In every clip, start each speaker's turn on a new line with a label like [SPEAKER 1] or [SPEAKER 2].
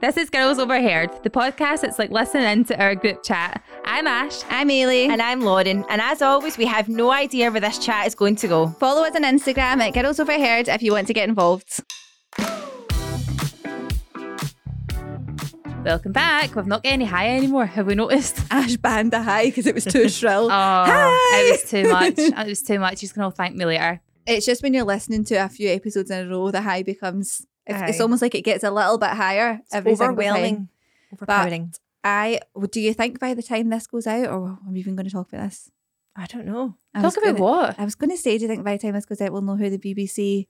[SPEAKER 1] This is Girls Overheard, the podcast that's like listening into our group chat. I'm Ash.
[SPEAKER 2] I'm Ailey.
[SPEAKER 3] And I'm Lauren. And as always, we have no idea where this chat is going to go.
[SPEAKER 2] follow us on Instagram at Girls Overheard if you want to get involved.
[SPEAKER 1] Welcome back. We've not got any high anymore. Have we noticed?
[SPEAKER 2] Ash banned a high because it was too shrill.
[SPEAKER 1] Oh, it was too much. It was too much. You can all thank me later.
[SPEAKER 2] It's just when you're listening to a few episodes in a row, the high becomes. It's, it's
[SPEAKER 3] Aye.
[SPEAKER 2] almost like it gets a little bit higher every single time.
[SPEAKER 3] Overwhelming. Overpowering.
[SPEAKER 2] I do you think by the time this goes out, or I'm even going to talk about this?
[SPEAKER 3] I don't know.
[SPEAKER 2] I was
[SPEAKER 1] Talk about
[SPEAKER 2] gonna-
[SPEAKER 1] what?
[SPEAKER 2] I was going to say, do you think by the time this goes out, we'll know who the BBC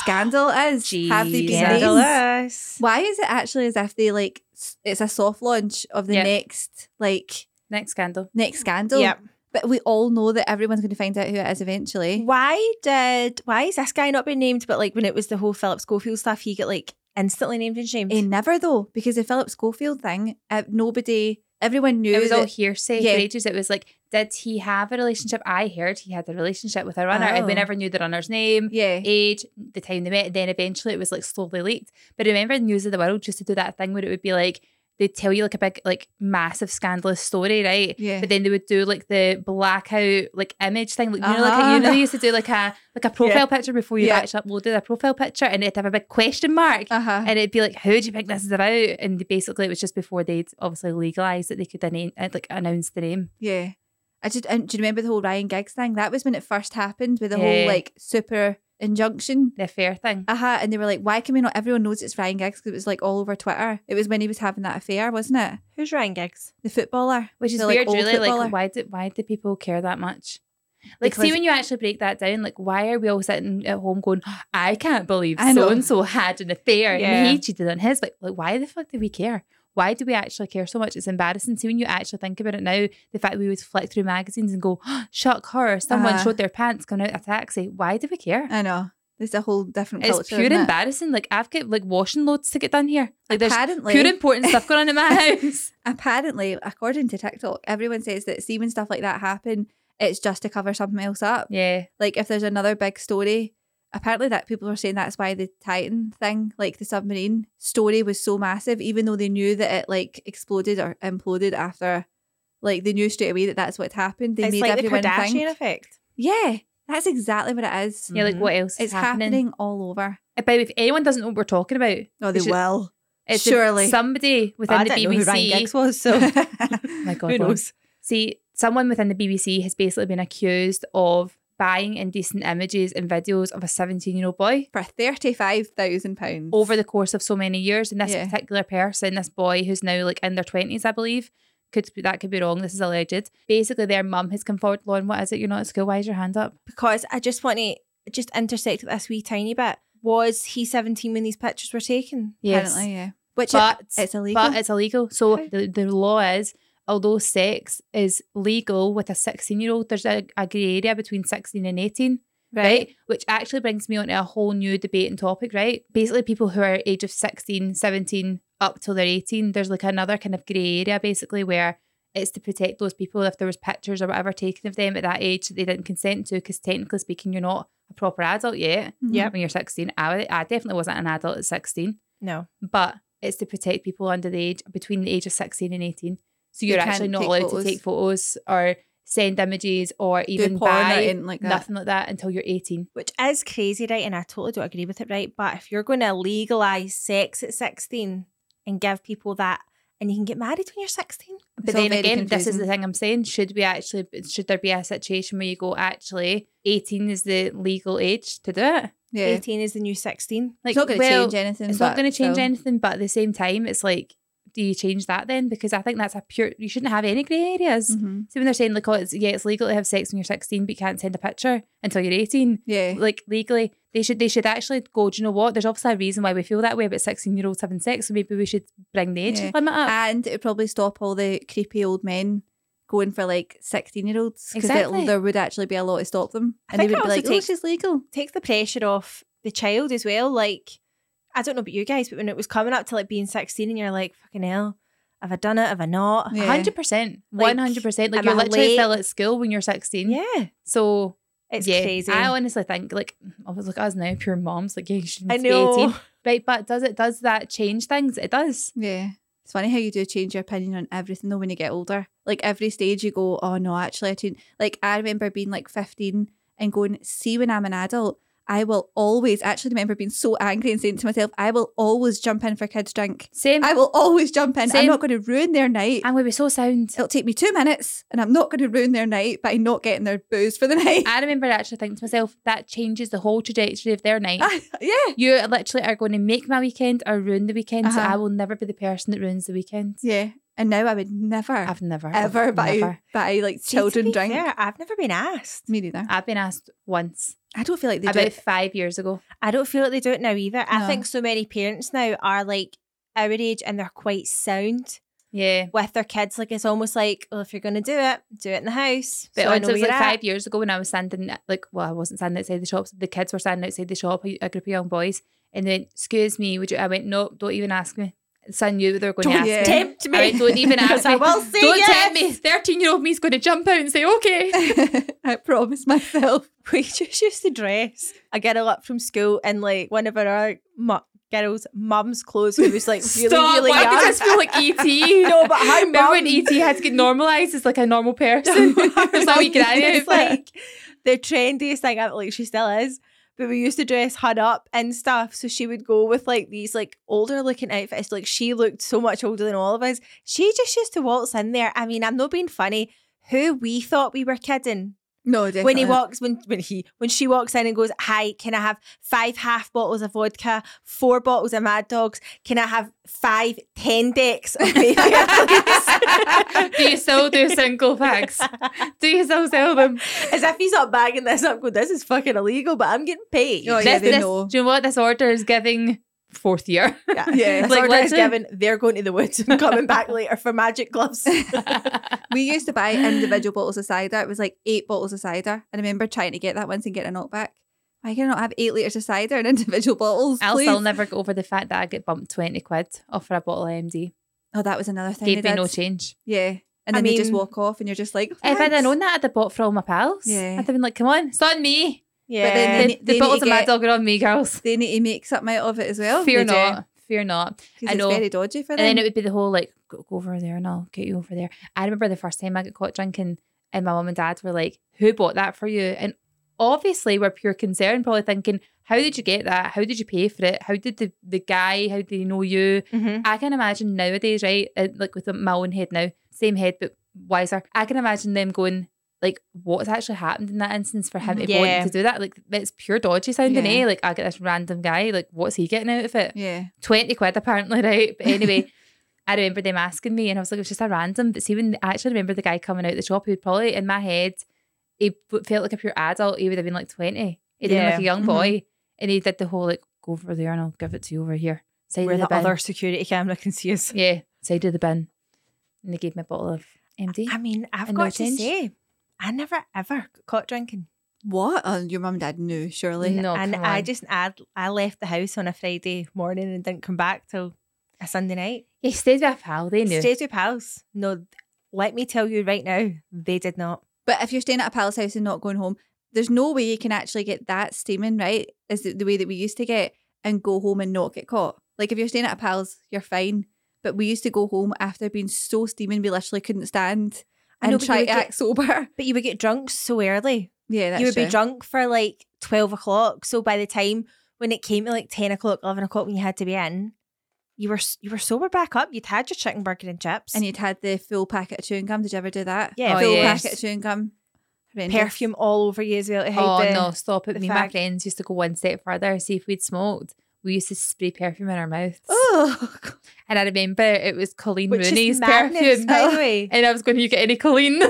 [SPEAKER 2] scandal is? Have they
[SPEAKER 1] Jeez.
[SPEAKER 2] been named?
[SPEAKER 3] Scandalous.
[SPEAKER 2] Why is it actually as if they like s- it's a soft launch of the
[SPEAKER 1] Yep.
[SPEAKER 2] next like
[SPEAKER 1] Next scandal.
[SPEAKER 2] next scandal?
[SPEAKER 3] Yep.
[SPEAKER 2] But we all know that everyone's going to find out who it is eventually.
[SPEAKER 3] Why did why is this guy not been named? But like when it was the whole Philip Schofield stuff, he got like instantly named and shamed.
[SPEAKER 2] Eh, never though, because the Philip Schofield thing, uh, nobody, everyone knew
[SPEAKER 1] It was all
[SPEAKER 2] that-
[SPEAKER 1] hearsay
[SPEAKER 2] Yeah.
[SPEAKER 1] for ages. It was like, did he have a relationship? I heard he had a relationship with a runner, and we
[SPEAKER 3] Oh.
[SPEAKER 1] never knew the runner's name.
[SPEAKER 2] yeah,
[SPEAKER 1] age, the time they met, and then eventually it was like slowly leaked. But remember, News of the World used to do that thing where it would be like they'd tell you like a big, like massive scandalous story, right?
[SPEAKER 2] yeah.
[SPEAKER 1] But then they would do like the blackout like image thing, like you know, like you know,
[SPEAKER 2] Uh-huh.
[SPEAKER 1] they used to do like a like a profile
[SPEAKER 3] Yeah.
[SPEAKER 1] picture before you
[SPEAKER 2] Yeah.
[SPEAKER 1] actually uploaded a profile picture, and it'd have a big question mark.
[SPEAKER 2] Uh huh.
[SPEAKER 1] And it'd be like, who do you think this is about? And basically, it was just before they'd obviously legalized that they could anna- uh, like announce the name.
[SPEAKER 2] Yeah. I just and do you remember the whole Ryan Giggs thing? That was when it first happened with the
[SPEAKER 1] Yeah.
[SPEAKER 2] whole like super injunction.
[SPEAKER 1] The affair thing.
[SPEAKER 2] Uh huh. And they were like, "Why can we not?" Everyone knows it's Ryan Giggs because it was like all over Twitter. It was when he was having that affair, wasn't it?
[SPEAKER 3] Who's Ryan Giggs?
[SPEAKER 2] The footballer,
[SPEAKER 1] Which is
[SPEAKER 2] The, like,
[SPEAKER 1] weird,
[SPEAKER 2] old
[SPEAKER 1] really.
[SPEAKER 2] footballer.
[SPEAKER 1] Like, why do why do people care that much? Like, see
[SPEAKER 2] Because-
[SPEAKER 1] when you actually break that down, like, why are we all sitting at home going, "I can't believe
[SPEAKER 2] I know.
[SPEAKER 1] so and so had an affair and
[SPEAKER 3] Yeah.
[SPEAKER 1] he cheated on his"? Like, like, why the fuck do we care? Why do we actually care so much? It's embarrassing. See when you actually think about it now, the fact we would flick through magazines and go, "Shock horror! Someone
[SPEAKER 2] Uh-huh.
[SPEAKER 1] showed their pants coming out of a taxi." Why do we care?
[SPEAKER 2] I know. There's a whole different culture.
[SPEAKER 1] It's pure
[SPEAKER 2] isn't it?
[SPEAKER 1] embarrassing. Like I've got like washing loads to get done here. Like there's
[SPEAKER 2] Apparently,
[SPEAKER 1] pure important stuff going on in my house.
[SPEAKER 2] apparently, according to TikTok, everyone says that see when stuff like that happen, it's just to cover something else up.
[SPEAKER 1] Yeah,
[SPEAKER 2] Like if there's another big story, apparently that people are saying that's why the Titan thing, like the submarine story, was so massive, even though they knew that it like exploded or imploded after. Like they knew straight away that that's what happened. They
[SPEAKER 3] it's
[SPEAKER 2] made
[SPEAKER 3] like the
[SPEAKER 2] everyone
[SPEAKER 3] Kardashian
[SPEAKER 2] think.
[SPEAKER 3] effect.
[SPEAKER 2] Yeah, that's exactly what it is.
[SPEAKER 1] yeah. Like what else is
[SPEAKER 2] Mm-hmm. It's happening all over.
[SPEAKER 1] Uh, By the way, if anyone doesn't know what we're talking about,
[SPEAKER 2] No,
[SPEAKER 1] they Should-
[SPEAKER 2] will.
[SPEAKER 1] it's if
[SPEAKER 2] Surely.
[SPEAKER 1] somebody within
[SPEAKER 3] Well, Oh, I
[SPEAKER 1] the
[SPEAKER 3] didn't know who Ryan
[SPEAKER 1] BBC.
[SPEAKER 3] Giggs was, so
[SPEAKER 1] Oh my God,
[SPEAKER 3] who
[SPEAKER 1] Lauren.
[SPEAKER 3] knows?
[SPEAKER 1] See, someone within the BBC has basically been accused of buying indecent images and videos of a 17 year old boy
[SPEAKER 2] For thirty-five thousand pounds
[SPEAKER 1] over the course of so many years. And this
[SPEAKER 2] Yeah.
[SPEAKER 1] particular person, this boy who's now like in their 20s, I believe, could be- that could be wrong. This is alleged. Basically, their mum has come forward. Lauren, what is it? You're not at school. Why is your hand up?
[SPEAKER 3] Because I just want to just intersect with this wee tiny bit. Was he 17 when these pictures were taken?
[SPEAKER 1] Yes.
[SPEAKER 2] Apparently, yeah. Which
[SPEAKER 1] But
[SPEAKER 2] it's illegal.
[SPEAKER 1] but it's illegal. So
[SPEAKER 3] How?
[SPEAKER 1] the, the law is, although sex is legal with a 16 year old, there's a, a grey area between 16 and 18, right. Which actually brings me onto a whole new debate and topic, right? Basically, people who are age of 16, 17, up till they're 18, there's like another kind of grey area basically where it's to protect those people if there was pictures or whatever taken of them at that age that they didn't consent to because technically speaking you're not a proper adult yet
[SPEAKER 2] Mhm.
[SPEAKER 3] Yep.
[SPEAKER 1] when you're 16 I, I definitely wasn't an adult at 16
[SPEAKER 3] No.
[SPEAKER 1] but it's to protect people under the age between the age of 16 and 18 so
[SPEAKER 2] You
[SPEAKER 1] you're
[SPEAKER 2] can't
[SPEAKER 1] actually not
[SPEAKER 2] take
[SPEAKER 1] allowed
[SPEAKER 2] photos.
[SPEAKER 1] to take photos or send images or even
[SPEAKER 2] do porn or
[SPEAKER 1] buy
[SPEAKER 2] anything like that.
[SPEAKER 1] nothing like that until you're 18
[SPEAKER 3] Which is crazy, right? And I totally do agree with it, right? But if you're going to legalize sex at 16 and give people that, and you can get married when you're 16,
[SPEAKER 1] but
[SPEAKER 2] It's all
[SPEAKER 1] then
[SPEAKER 2] very
[SPEAKER 1] again this is the
[SPEAKER 2] confusing.
[SPEAKER 1] thing i'm saying should we actually should there be a situation where you go actually 18 is the legal age to do it
[SPEAKER 2] Yeah.
[SPEAKER 3] 18 is the new 16.
[SPEAKER 1] like
[SPEAKER 2] it's not going to
[SPEAKER 1] well,
[SPEAKER 2] change anything.
[SPEAKER 1] it's not
[SPEAKER 2] but
[SPEAKER 1] going to change
[SPEAKER 2] still.
[SPEAKER 1] anything but at the same time it's like do you change that then because i think that's a pure you shouldn't have any gray areas
[SPEAKER 2] Mhm.
[SPEAKER 1] so when they're saying like oh it's yeah it's legal to have sex when you're 16 but you can't send a picture until you're 18
[SPEAKER 2] Yeah.
[SPEAKER 1] like legally they should they should actually go do you know what there's obviously a reason why we feel that way about 16 year olds having sex so maybe we should bring the age
[SPEAKER 2] Yeah.
[SPEAKER 1] limit
[SPEAKER 3] Uh,
[SPEAKER 1] up
[SPEAKER 2] And it would probably stop all the creepy old men going for like 16 year olds because
[SPEAKER 1] Exactly.
[SPEAKER 2] there would actually be a law to stop them.
[SPEAKER 3] I
[SPEAKER 2] And they
[SPEAKER 3] think
[SPEAKER 2] would
[SPEAKER 3] it
[SPEAKER 2] be
[SPEAKER 3] also
[SPEAKER 2] like, oh,
[SPEAKER 3] takes-
[SPEAKER 2] it's just legal.
[SPEAKER 3] Takes the pressure off the child as well. Like, I don't know about you guys, but when it was coming up to like being 16 and you're like, fucking hell, have I done it? Have I not?
[SPEAKER 2] Yeah.
[SPEAKER 1] 100%
[SPEAKER 3] Like,
[SPEAKER 1] 100% like
[SPEAKER 3] am
[SPEAKER 1] you're
[SPEAKER 3] I
[SPEAKER 1] literally
[SPEAKER 3] late?
[SPEAKER 1] still at school when you're 16
[SPEAKER 3] Yeah.
[SPEAKER 1] so
[SPEAKER 3] It's
[SPEAKER 1] yeah,
[SPEAKER 3] crazy.
[SPEAKER 1] I honestly think like I was like us now pure moms like yeah you shouldn't
[SPEAKER 3] I
[SPEAKER 1] be 18
[SPEAKER 3] know.
[SPEAKER 1] Right, but does it does that change things? It does.
[SPEAKER 2] Yeah. It's funny how you do change your opinion on everything though when you get older. Like every stage you go, oh no, actually I tune like I remember being like 15 and going, see when I'm an adult, I will always I actually remember being so angry and saying to myself, I will always jump in for kids drink.
[SPEAKER 1] Same.
[SPEAKER 2] I will always jump in.
[SPEAKER 1] Same.
[SPEAKER 2] I'm not going to ruin their night.
[SPEAKER 1] I'm gonna be so sound.
[SPEAKER 2] It'll take me two minutes and I'm not going to ruin their night by not getting their booze for the night.
[SPEAKER 1] I remember actually thinking to myself, that changes the whole trajectory of their
[SPEAKER 3] Uh-huh.
[SPEAKER 1] night.
[SPEAKER 2] yeah.
[SPEAKER 1] you literally are going to make my weekend or ruin the weekend. So
[SPEAKER 2] Uh-huh.
[SPEAKER 1] I will never be the person that ruins the weekend.
[SPEAKER 2] Yeah. And now I would never,
[SPEAKER 1] I've never
[SPEAKER 2] ever
[SPEAKER 1] I've
[SPEAKER 2] buy,
[SPEAKER 1] never.
[SPEAKER 2] buy like
[SPEAKER 3] See, to
[SPEAKER 2] children
[SPEAKER 3] be
[SPEAKER 2] drink.
[SPEAKER 3] fair, I've never been asked.
[SPEAKER 2] Me neither.
[SPEAKER 1] I've been asked once
[SPEAKER 2] I don't feel like they do.
[SPEAKER 1] about
[SPEAKER 2] it.
[SPEAKER 1] five years ago.
[SPEAKER 3] I don't feel like they do it now either. I
[SPEAKER 2] No.
[SPEAKER 3] think so many parents now are like our age and they're quite sound
[SPEAKER 1] Yeah.
[SPEAKER 3] with their kids. Like it's almost like, well, if you're going to do it, do it in the house.
[SPEAKER 1] But
[SPEAKER 3] so I
[SPEAKER 1] it
[SPEAKER 3] know
[SPEAKER 1] was
[SPEAKER 3] where
[SPEAKER 1] like
[SPEAKER 3] you're at.
[SPEAKER 1] five years ago when I was standing, at- like, well, I wasn't standing outside the shops. The kids were standing outside the shop, a a group of young boys. And then, excuse me, would you? I went, no, don't even ask me. So I knew what they were going
[SPEAKER 2] Don't-
[SPEAKER 1] to ask
[SPEAKER 2] yeah.
[SPEAKER 1] me.
[SPEAKER 3] Tempt
[SPEAKER 1] I went,
[SPEAKER 3] me.
[SPEAKER 1] don't even ask
[SPEAKER 3] Because I
[SPEAKER 1] me.
[SPEAKER 3] will say
[SPEAKER 1] Don't
[SPEAKER 3] yes.
[SPEAKER 1] tempt me. 13 year old me's going to jump out and say, okay.
[SPEAKER 2] I promised myself.
[SPEAKER 3] we just used to dress a girl up from school and like one of our mu- girls' mum's clothes who was like really,
[SPEAKER 1] Stop.
[SPEAKER 3] really
[SPEAKER 1] Why
[SPEAKER 3] young.
[SPEAKER 1] does this feel like ET?
[SPEAKER 3] No, but her
[SPEAKER 1] Remember when
[SPEAKER 3] mum-
[SPEAKER 1] ET had to get normalised as like a normal person? It's like we get out
[SPEAKER 3] It's
[SPEAKER 1] of like,
[SPEAKER 3] like the trendiest thing ever. Like she still is. But we used to dress her up and stuff. So she would go with like these like older looking outfits. Like she looked so much older than all of us. She just used to waltz in there. I mean, I'm not being funny. Who we thought we were kidding
[SPEAKER 2] No, definitely.
[SPEAKER 3] when he
[SPEAKER 2] not.
[SPEAKER 3] walks when when he when she walks in and goes, "Hi, can I have five half bottles of vodka, four bottles of Mad Dogs? Can I have five ten decks of Mayfair, please?"
[SPEAKER 1] do you still do single packs? Do you still sell them?
[SPEAKER 3] As if he's not bagging this up, going, "This is fucking illegal," but I'm getting paid.
[SPEAKER 2] Oh, yeah,
[SPEAKER 1] This-
[SPEAKER 2] they
[SPEAKER 1] this-
[SPEAKER 2] know.
[SPEAKER 1] Do you know what this order is giving? Fourth year.
[SPEAKER 3] Yeah,
[SPEAKER 2] Yeah.
[SPEAKER 3] This
[SPEAKER 1] Like,
[SPEAKER 3] order is
[SPEAKER 1] literally-
[SPEAKER 3] given. They're going to the woods and coming back later for magic gloves.
[SPEAKER 2] We used to buy individual bottles of cider. It was like eight bottles of cider. I remember trying to get that once and getting a knockback. Why can I not have eight litres of cider in individual bottles?
[SPEAKER 1] I'll
[SPEAKER 2] please?
[SPEAKER 1] still never get over the fact that I get bumped 20 quid off for a bottle of MD.
[SPEAKER 2] Oh, that was another thing.
[SPEAKER 1] Gave
[SPEAKER 2] they
[SPEAKER 1] me no
[SPEAKER 2] did.
[SPEAKER 1] change.
[SPEAKER 2] Yeah. And
[SPEAKER 3] I
[SPEAKER 2] then they just
[SPEAKER 3] mean-
[SPEAKER 2] walk off and you're just like,
[SPEAKER 1] If I'd have
[SPEAKER 2] "Thanks."
[SPEAKER 1] known that, I'd have bought for all my pals.
[SPEAKER 2] Yeah.
[SPEAKER 1] I'd have been like, come on, it's on me.
[SPEAKER 3] yeah,
[SPEAKER 2] then
[SPEAKER 1] The,
[SPEAKER 2] they
[SPEAKER 1] the
[SPEAKER 2] need
[SPEAKER 1] bottles
[SPEAKER 2] to
[SPEAKER 1] of Mad
[SPEAKER 2] get-
[SPEAKER 1] Dog are on me, girls.
[SPEAKER 2] They need to make something out of it as well.
[SPEAKER 1] Fear
[SPEAKER 2] They do,
[SPEAKER 1] not. Fear not.
[SPEAKER 2] 'cause
[SPEAKER 1] I
[SPEAKER 2] it's
[SPEAKER 1] know.
[SPEAKER 2] very dodgy for them.
[SPEAKER 1] And then it would be the whole like, go, go over there and I'll get you over there. I remember the first time I got caught drinking, and my mum and dad were like, Who bought that for you? And obviously, we're pure concern, probably thinking, How did you get that? How did you pay for it? How did the, the guy, how did he know you?
[SPEAKER 3] Mhm.
[SPEAKER 1] I can imagine nowadays, right? uh, Like with my own head now, same head, but wiser. I can imagine them going, like, what's actually happened in that instance for him to
[SPEAKER 3] Yeah.
[SPEAKER 1] want to do that? Like, it's pure dodgy sounding,
[SPEAKER 2] Yeah.
[SPEAKER 1] eh? Like, I get this random guy, like, what's he getting out of it?
[SPEAKER 2] yeah.
[SPEAKER 1] 20 quid apparently, right? But anyway, I remember them asking me and I was like, it was just a random. But see, when I actually remember the guy coming out the shop, he would probably, in my head, he b- felt like a pure adult. He would have been like 20. He'd have been like
[SPEAKER 3] Yeah. Mm-hmm.
[SPEAKER 1] a young boy. And he did the whole, like, go over there and I'll give it to you over here. Side
[SPEAKER 3] where
[SPEAKER 1] of the,
[SPEAKER 3] the
[SPEAKER 1] bin.
[SPEAKER 3] other security camera can see us.
[SPEAKER 1] Yeah, side of the bin. And they gave me a bottle of MD.
[SPEAKER 3] I mean, I've
[SPEAKER 1] And no
[SPEAKER 3] got to
[SPEAKER 1] change.
[SPEAKER 3] say, I never ever got caught drinking.
[SPEAKER 2] What? Oh, your mum and dad knew, surely.
[SPEAKER 1] no,
[SPEAKER 3] and
[SPEAKER 1] Oh, come
[SPEAKER 3] I
[SPEAKER 1] on.
[SPEAKER 3] just I, I left the house on a Friday morning and didn't come back till a Sunday night.
[SPEAKER 1] He stayed with a pal, they knew.
[SPEAKER 3] Stayed with pals. No, let me tell you right now, they did not.
[SPEAKER 2] But if you're staying at a pal's house and not going home, there's no way you can actually get that steaming right as the, the way that we used to get and go home and not get caught. Like if you're staying at a pal's, you're fine. But we used to go home after being so steaming, we literally couldn't stand
[SPEAKER 3] I know,
[SPEAKER 2] and
[SPEAKER 3] but you
[SPEAKER 2] try
[SPEAKER 3] would
[SPEAKER 2] to
[SPEAKER 3] get-
[SPEAKER 2] act sober.
[SPEAKER 3] But you would get drunk so early.
[SPEAKER 2] Yeah, that's
[SPEAKER 3] you would
[SPEAKER 2] true.
[SPEAKER 3] be drunk for like twelve o'clock. So by the time when it came to like ten o'clock, eleven o'clock, when you had to be in, you were s- you were sober back up. You'd had your chicken burger and chips
[SPEAKER 2] And you'd had the full packet of chewing gum. Did you ever do that?
[SPEAKER 3] Yeah.
[SPEAKER 1] Oh,
[SPEAKER 2] full
[SPEAKER 1] yes.
[SPEAKER 2] packet of chewing gum. Horrendous.
[SPEAKER 3] perfume all over you as well. to hide
[SPEAKER 1] Oh
[SPEAKER 3] the-
[SPEAKER 1] no, stop it.
[SPEAKER 3] the
[SPEAKER 1] Me and my
[SPEAKER 3] fact-
[SPEAKER 1] friends used to go one step further. See if we'd smoked. We used to spray perfume in our mouths.
[SPEAKER 2] Oh,
[SPEAKER 1] And I remember it was Colleen
[SPEAKER 3] which
[SPEAKER 1] Rooney's
[SPEAKER 3] is madness,
[SPEAKER 1] perfume.
[SPEAKER 3] by the way.
[SPEAKER 1] And I was going, you get any Colleen?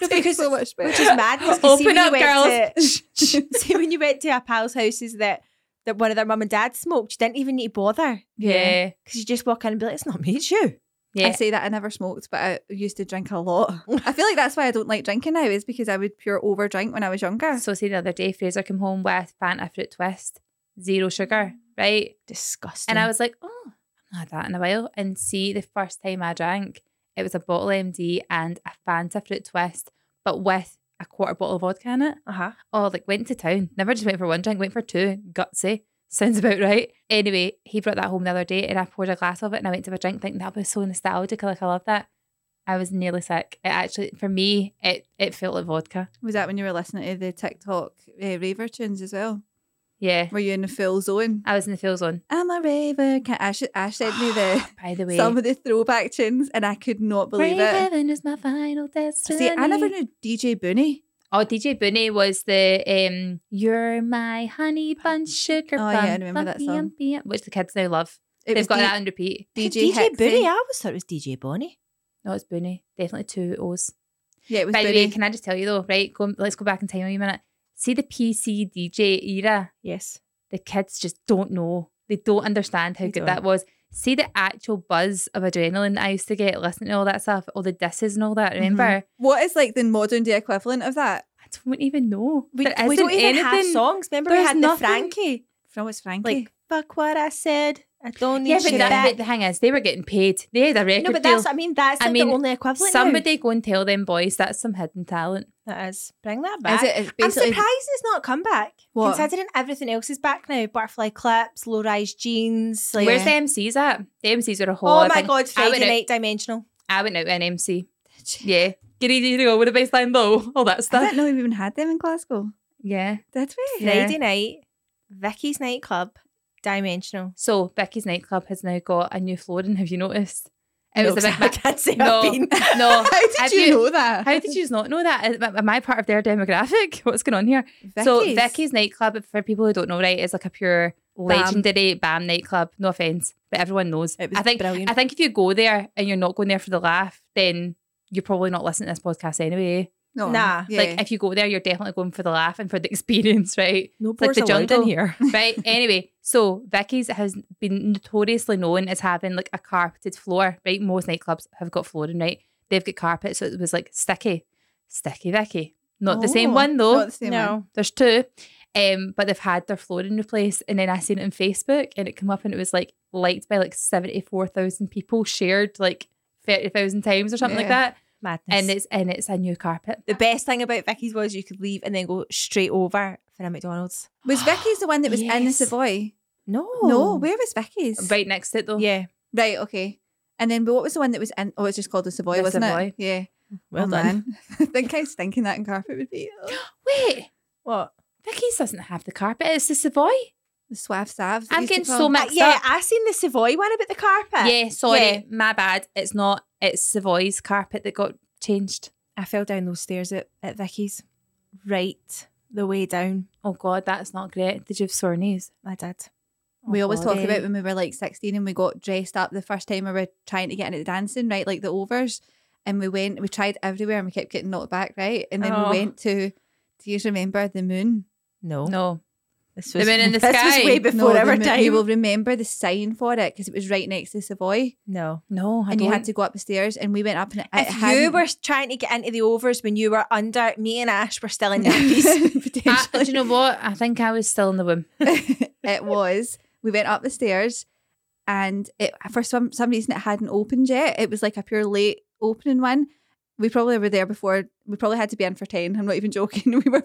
[SPEAKER 2] because so much better.
[SPEAKER 3] Which is madness. 'cause see,
[SPEAKER 1] Open
[SPEAKER 3] when you
[SPEAKER 1] up,
[SPEAKER 3] went to-
[SPEAKER 1] girls.
[SPEAKER 3] See, when you went to our pals' houses that that one of their mum and dad smoked, you didn't even need to bother
[SPEAKER 1] yeah.
[SPEAKER 3] because you just walk in and be like, "It's not me, it's you."
[SPEAKER 2] I
[SPEAKER 1] Yeah.
[SPEAKER 2] say that I never smoked, but I used to drink a lot. I feel like that's why I don't like drinking now, is because I would pure over drink when I was younger.
[SPEAKER 1] So, see, the other day, Fraser came home with Fanta Fruit Twist, zero sugar, right?
[SPEAKER 3] Disgusting.
[SPEAKER 1] And I was like, oh, I've not had that in a while. And see, the first time I drank, it was a bottle of MD and a Fanta Fruit Twist, but with a quarter bottle of vodka in it.
[SPEAKER 3] uh huh.
[SPEAKER 1] Oh, like went to town. Never just went for one drink, went for two. Gutsy. Sounds about right. Anyway, he brought that home the other day and I poured a glass of it and I went to have a drink thinking that was so nostalgic. Like, I love that. I was nearly sick. It actually, for me, it, it felt like vodka.
[SPEAKER 2] Was that when you were listening to the TikTok uh, raver tunes as well?
[SPEAKER 1] Yeah.
[SPEAKER 2] Were you in the full zone?
[SPEAKER 1] I was in the field zone.
[SPEAKER 2] I'm a raver. Can Ash, Ash sent me the
[SPEAKER 1] By the way,
[SPEAKER 2] some of the throwback tunes, and I could not believe
[SPEAKER 1] Brave
[SPEAKER 2] it.
[SPEAKER 1] Heaven is my final destiny.
[SPEAKER 2] See, I never knew DJ Booney.
[SPEAKER 1] Oh, DJ Booney was the um, "You're My Honey Bun Sugar Bun."
[SPEAKER 2] Oh, yeah, I remember that
[SPEAKER 1] lumpy
[SPEAKER 2] song.
[SPEAKER 1] umpy ump- which the kids now love.
[SPEAKER 2] It
[SPEAKER 1] They've
[SPEAKER 2] was
[SPEAKER 1] got
[SPEAKER 2] D-
[SPEAKER 1] that on repeat.
[SPEAKER 2] DJ,
[SPEAKER 3] DJ Booney. I
[SPEAKER 2] Booney.
[SPEAKER 3] always thought it was DJ Bonnie.
[SPEAKER 1] No, it's Booney. Definitely two O's.
[SPEAKER 2] Yeah, it was
[SPEAKER 1] By the way,
[SPEAKER 2] Booney.
[SPEAKER 1] can I just tell you though? Right, go, let's go back in time a wee minute. See the PC DJ era.
[SPEAKER 3] Yes.
[SPEAKER 1] The kids just don't know. They don't understand how
[SPEAKER 3] They
[SPEAKER 1] good
[SPEAKER 3] don't.
[SPEAKER 1] that was. See the actual buzz of adrenaline that I used to get listening to all that stuff, all the disses and all that.
[SPEAKER 3] Mm-hmm.
[SPEAKER 1] Remember,
[SPEAKER 2] What is like the modern day equivalent of that?
[SPEAKER 1] I don't even know.
[SPEAKER 3] We,
[SPEAKER 1] There
[SPEAKER 3] we
[SPEAKER 1] isn't
[SPEAKER 3] don't even have
[SPEAKER 1] anything-
[SPEAKER 3] songs. Remember, we
[SPEAKER 1] There's
[SPEAKER 3] had
[SPEAKER 1] nothing.
[SPEAKER 3] the Frankie.
[SPEAKER 2] From what's Frankie?
[SPEAKER 3] Like, fuck what I said. I don't need
[SPEAKER 1] Yeah,
[SPEAKER 3] you
[SPEAKER 1] but, that,
[SPEAKER 3] back.
[SPEAKER 1] but the thing is, they were getting paid. They had a record
[SPEAKER 3] no, but
[SPEAKER 1] deal.
[SPEAKER 3] that's, I mean, that's
[SPEAKER 1] I
[SPEAKER 3] like
[SPEAKER 1] mean,
[SPEAKER 3] the only equivalent. now.
[SPEAKER 1] Somebody go and tell them boys that's some hidden talent.
[SPEAKER 3] That is. Bring that back.
[SPEAKER 2] is it it's
[SPEAKER 3] I'm
[SPEAKER 2] basically?
[SPEAKER 3] surprised it's not come back.
[SPEAKER 2] What?
[SPEAKER 3] Considering everything else is back now. Butterfly clips, low rise jeans. Like,
[SPEAKER 1] Where's the MCs at? The MCs are a whole.
[SPEAKER 3] Oh
[SPEAKER 1] other
[SPEAKER 3] my
[SPEAKER 1] thing.
[SPEAKER 3] god,
[SPEAKER 1] I
[SPEAKER 3] Friday
[SPEAKER 1] went, out,
[SPEAKER 3] night dimensional.
[SPEAKER 1] I went out with an MC. Yeah, giddy giddy go with a baseline low, all that
[SPEAKER 2] I
[SPEAKER 1] stuff.
[SPEAKER 2] didn't know we even had them in Glasgow.
[SPEAKER 1] Yeah.
[SPEAKER 2] Did we?
[SPEAKER 1] Yeah.
[SPEAKER 3] Friday night, Vicky's nightclub, dimensional.
[SPEAKER 1] So Becky's nightclub has now got a new flooring. Have you noticed? It was the
[SPEAKER 3] I
[SPEAKER 1] Big
[SPEAKER 3] can't say
[SPEAKER 1] No.
[SPEAKER 3] I've been.
[SPEAKER 1] Mac. No.
[SPEAKER 2] How did
[SPEAKER 1] Have
[SPEAKER 2] you,
[SPEAKER 1] you-
[SPEAKER 2] know that?
[SPEAKER 1] How did you just not know that? Am- Am I part of their demographic? What's going on here? So Vicky's nightclub, for people who don't know, right, is like a pure legendary BAM nightclub. No offense, but everyone knows.
[SPEAKER 3] It was
[SPEAKER 1] I think
[SPEAKER 3] brilliant.
[SPEAKER 1] I think if you go there and you're not going there for the laugh, then you're probably not listening to this podcast anyway.
[SPEAKER 2] No,
[SPEAKER 3] Nah,
[SPEAKER 2] yeah.
[SPEAKER 1] Like if you go there, you're definitely going for the laugh and for the experience, right?
[SPEAKER 3] no
[SPEAKER 1] It's like the
[SPEAKER 3] pores allowed
[SPEAKER 1] jungle.
[SPEAKER 3] in here.
[SPEAKER 1] Right. anyway, so Vicky's has been notoriously known as having like a carpeted floor, right? Most nightclubs have got flooring, right? They've got carpet, so it was like sticky. Sticky Vicky. Not the same
[SPEAKER 2] Oh,
[SPEAKER 1] one though.
[SPEAKER 2] not the same one.
[SPEAKER 3] No.
[SPEAKER 1] There's two. Um, but they've had their flooring replaced. And then I seen it on Facebook and it came up and it was like liked by like 74,000 people, shared like 30,000 times or something like
[SPEAKER 2] Yeah.
[SPEAKER 1] that.
[SPEAKER 3] Madness.
[SPEAKER 1] And it's and it's a new carpet.
[SPEAKER 3] the best thing about Vicky's was you could leave and then go straight over for a McDonald's.
[SPEAKER 2] was Vicky's the one that was in the
[SPEAKER 1] Yes.
[SPEAKER 2] Savoy?
[SPEAKER 3] No. Oh.
[SPEAKER 2] No, where was Vicky's?
[SPEAKER 1] Right next to it though.
[SPEAKER 3] Yeah.
[SPEAKER 2] Right, okay. And then, but what was the one that was in? Oh, it's just called the Savoy,
[SPEAKER 1] The
[SPEAKER 2] wasn't
[SPEAKER 1] Savoy.
[SPEAKER 2] it? Yeah.
[SPEAKER 3] Well
[SPEAKER 2] oh,
[SPEAKER 3] done.
[SPEAKER 2] Man. I think I was thinking that in carpet would be oh,
[SPEAKER 1] Wait,
[SPEAKER 3] What?
[SPEAKER 1] Vicky's doesn't have the carpet. It's the Savoy.
[SPEAKER 2] the Suave Salves.
[SPEAKER 1] I'm getting so
[SPEAKER 3] Uh,
[SPEAKER 1] mixed
[SPEAKER 3] yeah,
[SPEAKER 1] up.
[SPEAKER 3] I seen the Savoy one about the carpet.
[SPEAKER 1] Yeah, sorry,
[SPEAKER 3] Yeah.
[SPEAKER 1] my bad. It's not. It's Savoy's carpet that got changed.
[SPEAKER 3] I fell down those stairs at, at Vicky's. Right the way down.
[SPEAKER 1] Oh God, that's not great. Did you have sore knees?
[SPEAKER 3] I did.
[SPEAKER 2] We always talk
[SPEAKER 1] God.
[SPEAKER 2] about when we were like 16 and we got dressed up the first time we were trying to get into dancing, right? Like the overs. And we went, we tried everywhere and we kept getting knocked back, right? And then
[SPEAKER 3] Oh.
[SPEAKER 2] we went to, do you remember the moon?
[SPEAKER 3] No.
[SPEAKER 1] No,
[SPEAKER 3] This
[SPEAKER 1] The man in the
[SPEAKER 3] this
[SPEAKER 1] sky.
[SPEAKER 3] was way before
[SPEAKER 2] the
[SPEAKER 3] our
[SPEAKER 2] moon-
[SPEAKER 3] time.
[SPEAKER 2] You will remember the sign for it because it was right next to Savoy.
[SPEAKER 3] no.
[SPEAKER 1] no, I
[SPEAKER 2] and
[SPEAKER 1] don't.
[SPEAKER 2] you had to go up the stairs and we went up and it
[SPEAKER 3] If you
[SPEAKER 2] hadn't-
[SPEAKER 3] were trying to get into the overs when you were under, me and Ash were still in nappies.
[SPEAKER 1] I, Ah, do
[SPEAKER 2] potentially.
[SPEAKER 1] you know what? I think I was still in the womb.
[SPEAKER 2] it was. We went up the stairs, and it for some some reason it hadn't opened yet. It was like a pure late opening one. We probably were there before. We probably had to be in for ten. I'm not even joking. We were.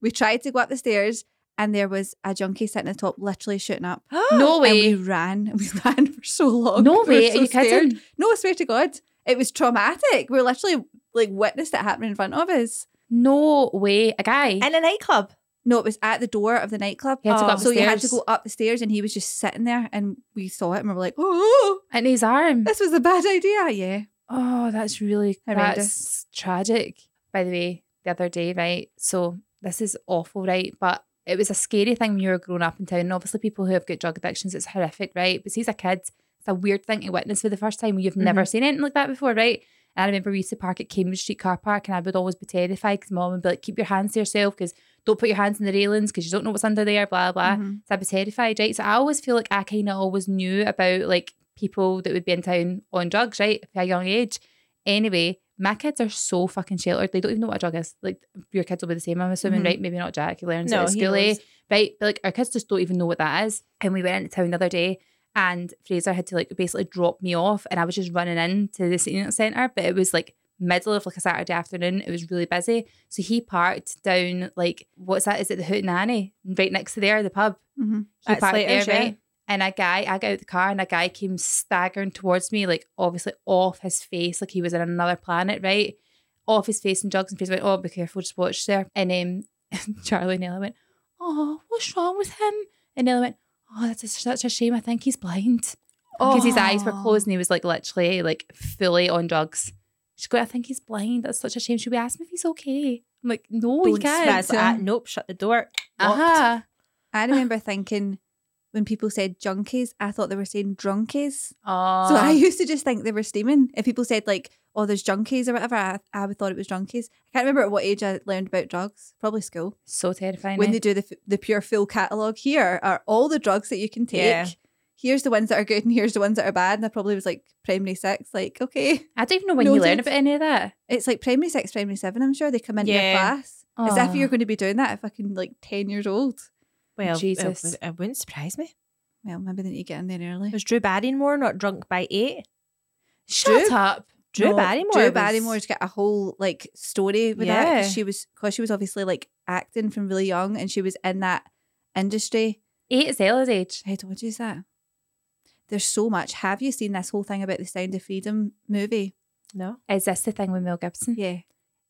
[SPEAKER 2] We tried to go up the stairs, and there was a junkie sitting at the top, literally shooting up.
[SPEAKER 1] No
[SPEAKER 2] And
[SPEAKER 1] way.
[SPEAKER 2] we ran. and We ran for so long.
[SPEAKER 1] No
[SPEAKER 2] We were
[SPEAKER 1] way.
[SPEAKER 2] so
[SPEAKER 1] Are you
[SPEAKER 2] scared.
[SPEAKER 1] kidding?
[SPEAKER 2] No, I swear to God, it was traumatic. We were literally like witnessed it happen in front of us.
[SPEAKER 1] No way. A guy.
[SPEAKER 3] In a nightclub.
[SPEAKER 2] No, it was at the door of the nightclub. Um,
[SPEAKER 1] He had to go
[SPEAKER 3] Oh.
[SPEAKER 1] up
[SPEAKER 2] So
[SPEAKER 1] the
[SPEAKER 2] you had to
[SPEAKER 1] stairs.
[SPEAKER 2] go up the stairs, and he was just sitting there, and we saw it, and we were like, "Oh,
[SPEAKER 1] in his arm.
[SPEAKER 2] this was a bad idea." Yeah,
[SPEAKER 1] Oh, that's really
[SPEAKER 2] Horrendous.
[SPEAKER 1] that's tragic. By the way, the other day, right? So this is awful, right? But it was a scary thing when you were growing up in town. And obviously, people who have got drug addictions, it's horrific, right? But see, as a kid, it's a weird thing to witness for the first time when you've never seen anything like that before, right? And I remember we used to park at Cambridge Street car park, and I would always be terrified because mom would be like, "Keep your hands to yourself, because don't put your hands in the railings, because you don't know what's under there." Blah blah.
[SPEAKER 2] Mhm.
[SPEAKER 1] So I'd be terrified, right? So I always feel like I kind of always knew about like people that would be in town on drugs, right, at a young age. Anyway, my kids are so fucking sheltered. They don't even know what a drug is. Like your kids will be the same, I'm assuming,
[SPEAKER 2] Mhm.
[SPEAKER 1] right? Maybe not Jack. He learns
[SPEAKER 3] Mm-hmm. No,
[SPEAKER 1] it at
[SPEAKER 3] he
[SPEAKER 1] school, eh?
[SPEAKER 3] knows.
[SPEAKER 1] right? But like our kids just don't even know what that is. And we went into town the other day, and Fraser had to like basically drop me off, and I was just running into the senior centre, but it was like middle of like a Saturday afternoon. It was really busy. So he parked down like what's that? Is it the Hoot Nanny? Right next to there, the pub.
[SPEAKER 2] Mm-hmm.
[SPEAKER 1] He
[SPEAKER 3] At
[SPEAKER 1] parked
[SPEAKER 3] Slater's,
[SPEAKER 1] there,
[SPEAKER 3] yeah.
[SPEAKER 1] right? And a guy, I got out the car and a guy came staggering towards me, like obviously off his face, like he was in another planet, right? Off his face and jogs and face went, Oh, be careful, just watch there. And um, Charlie and Ella went, Oh, what's wrong with him? And Ella went, Oh, that's a, such a shame. I think he's blind. Because his eyes were
[SPEAKER 2] Oh.
[SPEAKER 1] closed and he was like literally like fully on drugs. She go, I think he's blind. That's such a shame. Should we ask him if he's okay? I'm like, no, he
[SPEAKER 3] Don't
[SPEAKER 1] can't.
[SPEAKER 3] spaz at- nope, shut the door. Locked.
[SPEAKER 1] Uh-huh.
[SPEAKER 2] I remember thinking when people said junkies, I thought they were saying drunkies.
[SPEAKER 1] Oh.
[SPEAKER 2] so I used to just think they were steaming. If people said like, "Oh, there's junkies" or whatever, I, I would thought it was drunkies. I can't remember at what age I learned about drugs. Probably school
[SPEAKER 1] so terrifying.
[SPEAKER 2] when
[SPEAKER 1] eh?
[SPEAKER 2] they do the f- the pure full catalog. Here are all the drugs that you can take.
[SPEAKER 3] Yeah.
[SPEAKER 2] Here's the ones that are good and here's the ones that are bad. And I probably was like primary six, like okay,
[SPEAKER 1] I don't even know when you learn
[SPEAKER 2] Noted.
[SPEAKER 1] about any of that.
[SPEAKER 2] it's like primary six, primary seven. I'm sure they come into
[SPEAKER 3] Yeah.
[SPEAKER 2] your class as if
[SPEAKER 1] Oh.
[SPEAKER 2] you're going to be doing that if I can like ten years old.
[SPEAKER 3] Well,
[SPEAKER 1] Jesus.
[SPEAKER 3] Jesus. It, wouldn't surprise me.
[SPEAKER 2] Well, maybe they need to get in there early.
[SPEAKER 3] Was Drew Barrymore not drunk by eight?
[SPEAKER 1] Shut
[SPEAKER 2] Drew-
[SPEAKER 1] up.
[SPEAKER 3] Drew
[SPEAKER 2] No,
[SPEAKER 3] Barrymore.
[SPEAKER 2] Drew
[SPEAKER 3] was-
[SPEAKER 2] Barrymore's got a whole like story with that. 'cause
[SPEAKER 3] Yeah.
[SPEAKER 2] She was because she was obviously like acting from really young, and she was in that industry.
[SPEAKER 1] Eight is Ella's age.
[SPEAKER 2] How dodgy is that? There's so much. Have you seen this whole thing about the Sound of Freedom movie?
[SPEAKER 3] No.
[SPEAKER 1] Is this the thing with Mel Gibson?
[SPEAKER 2] Yeah,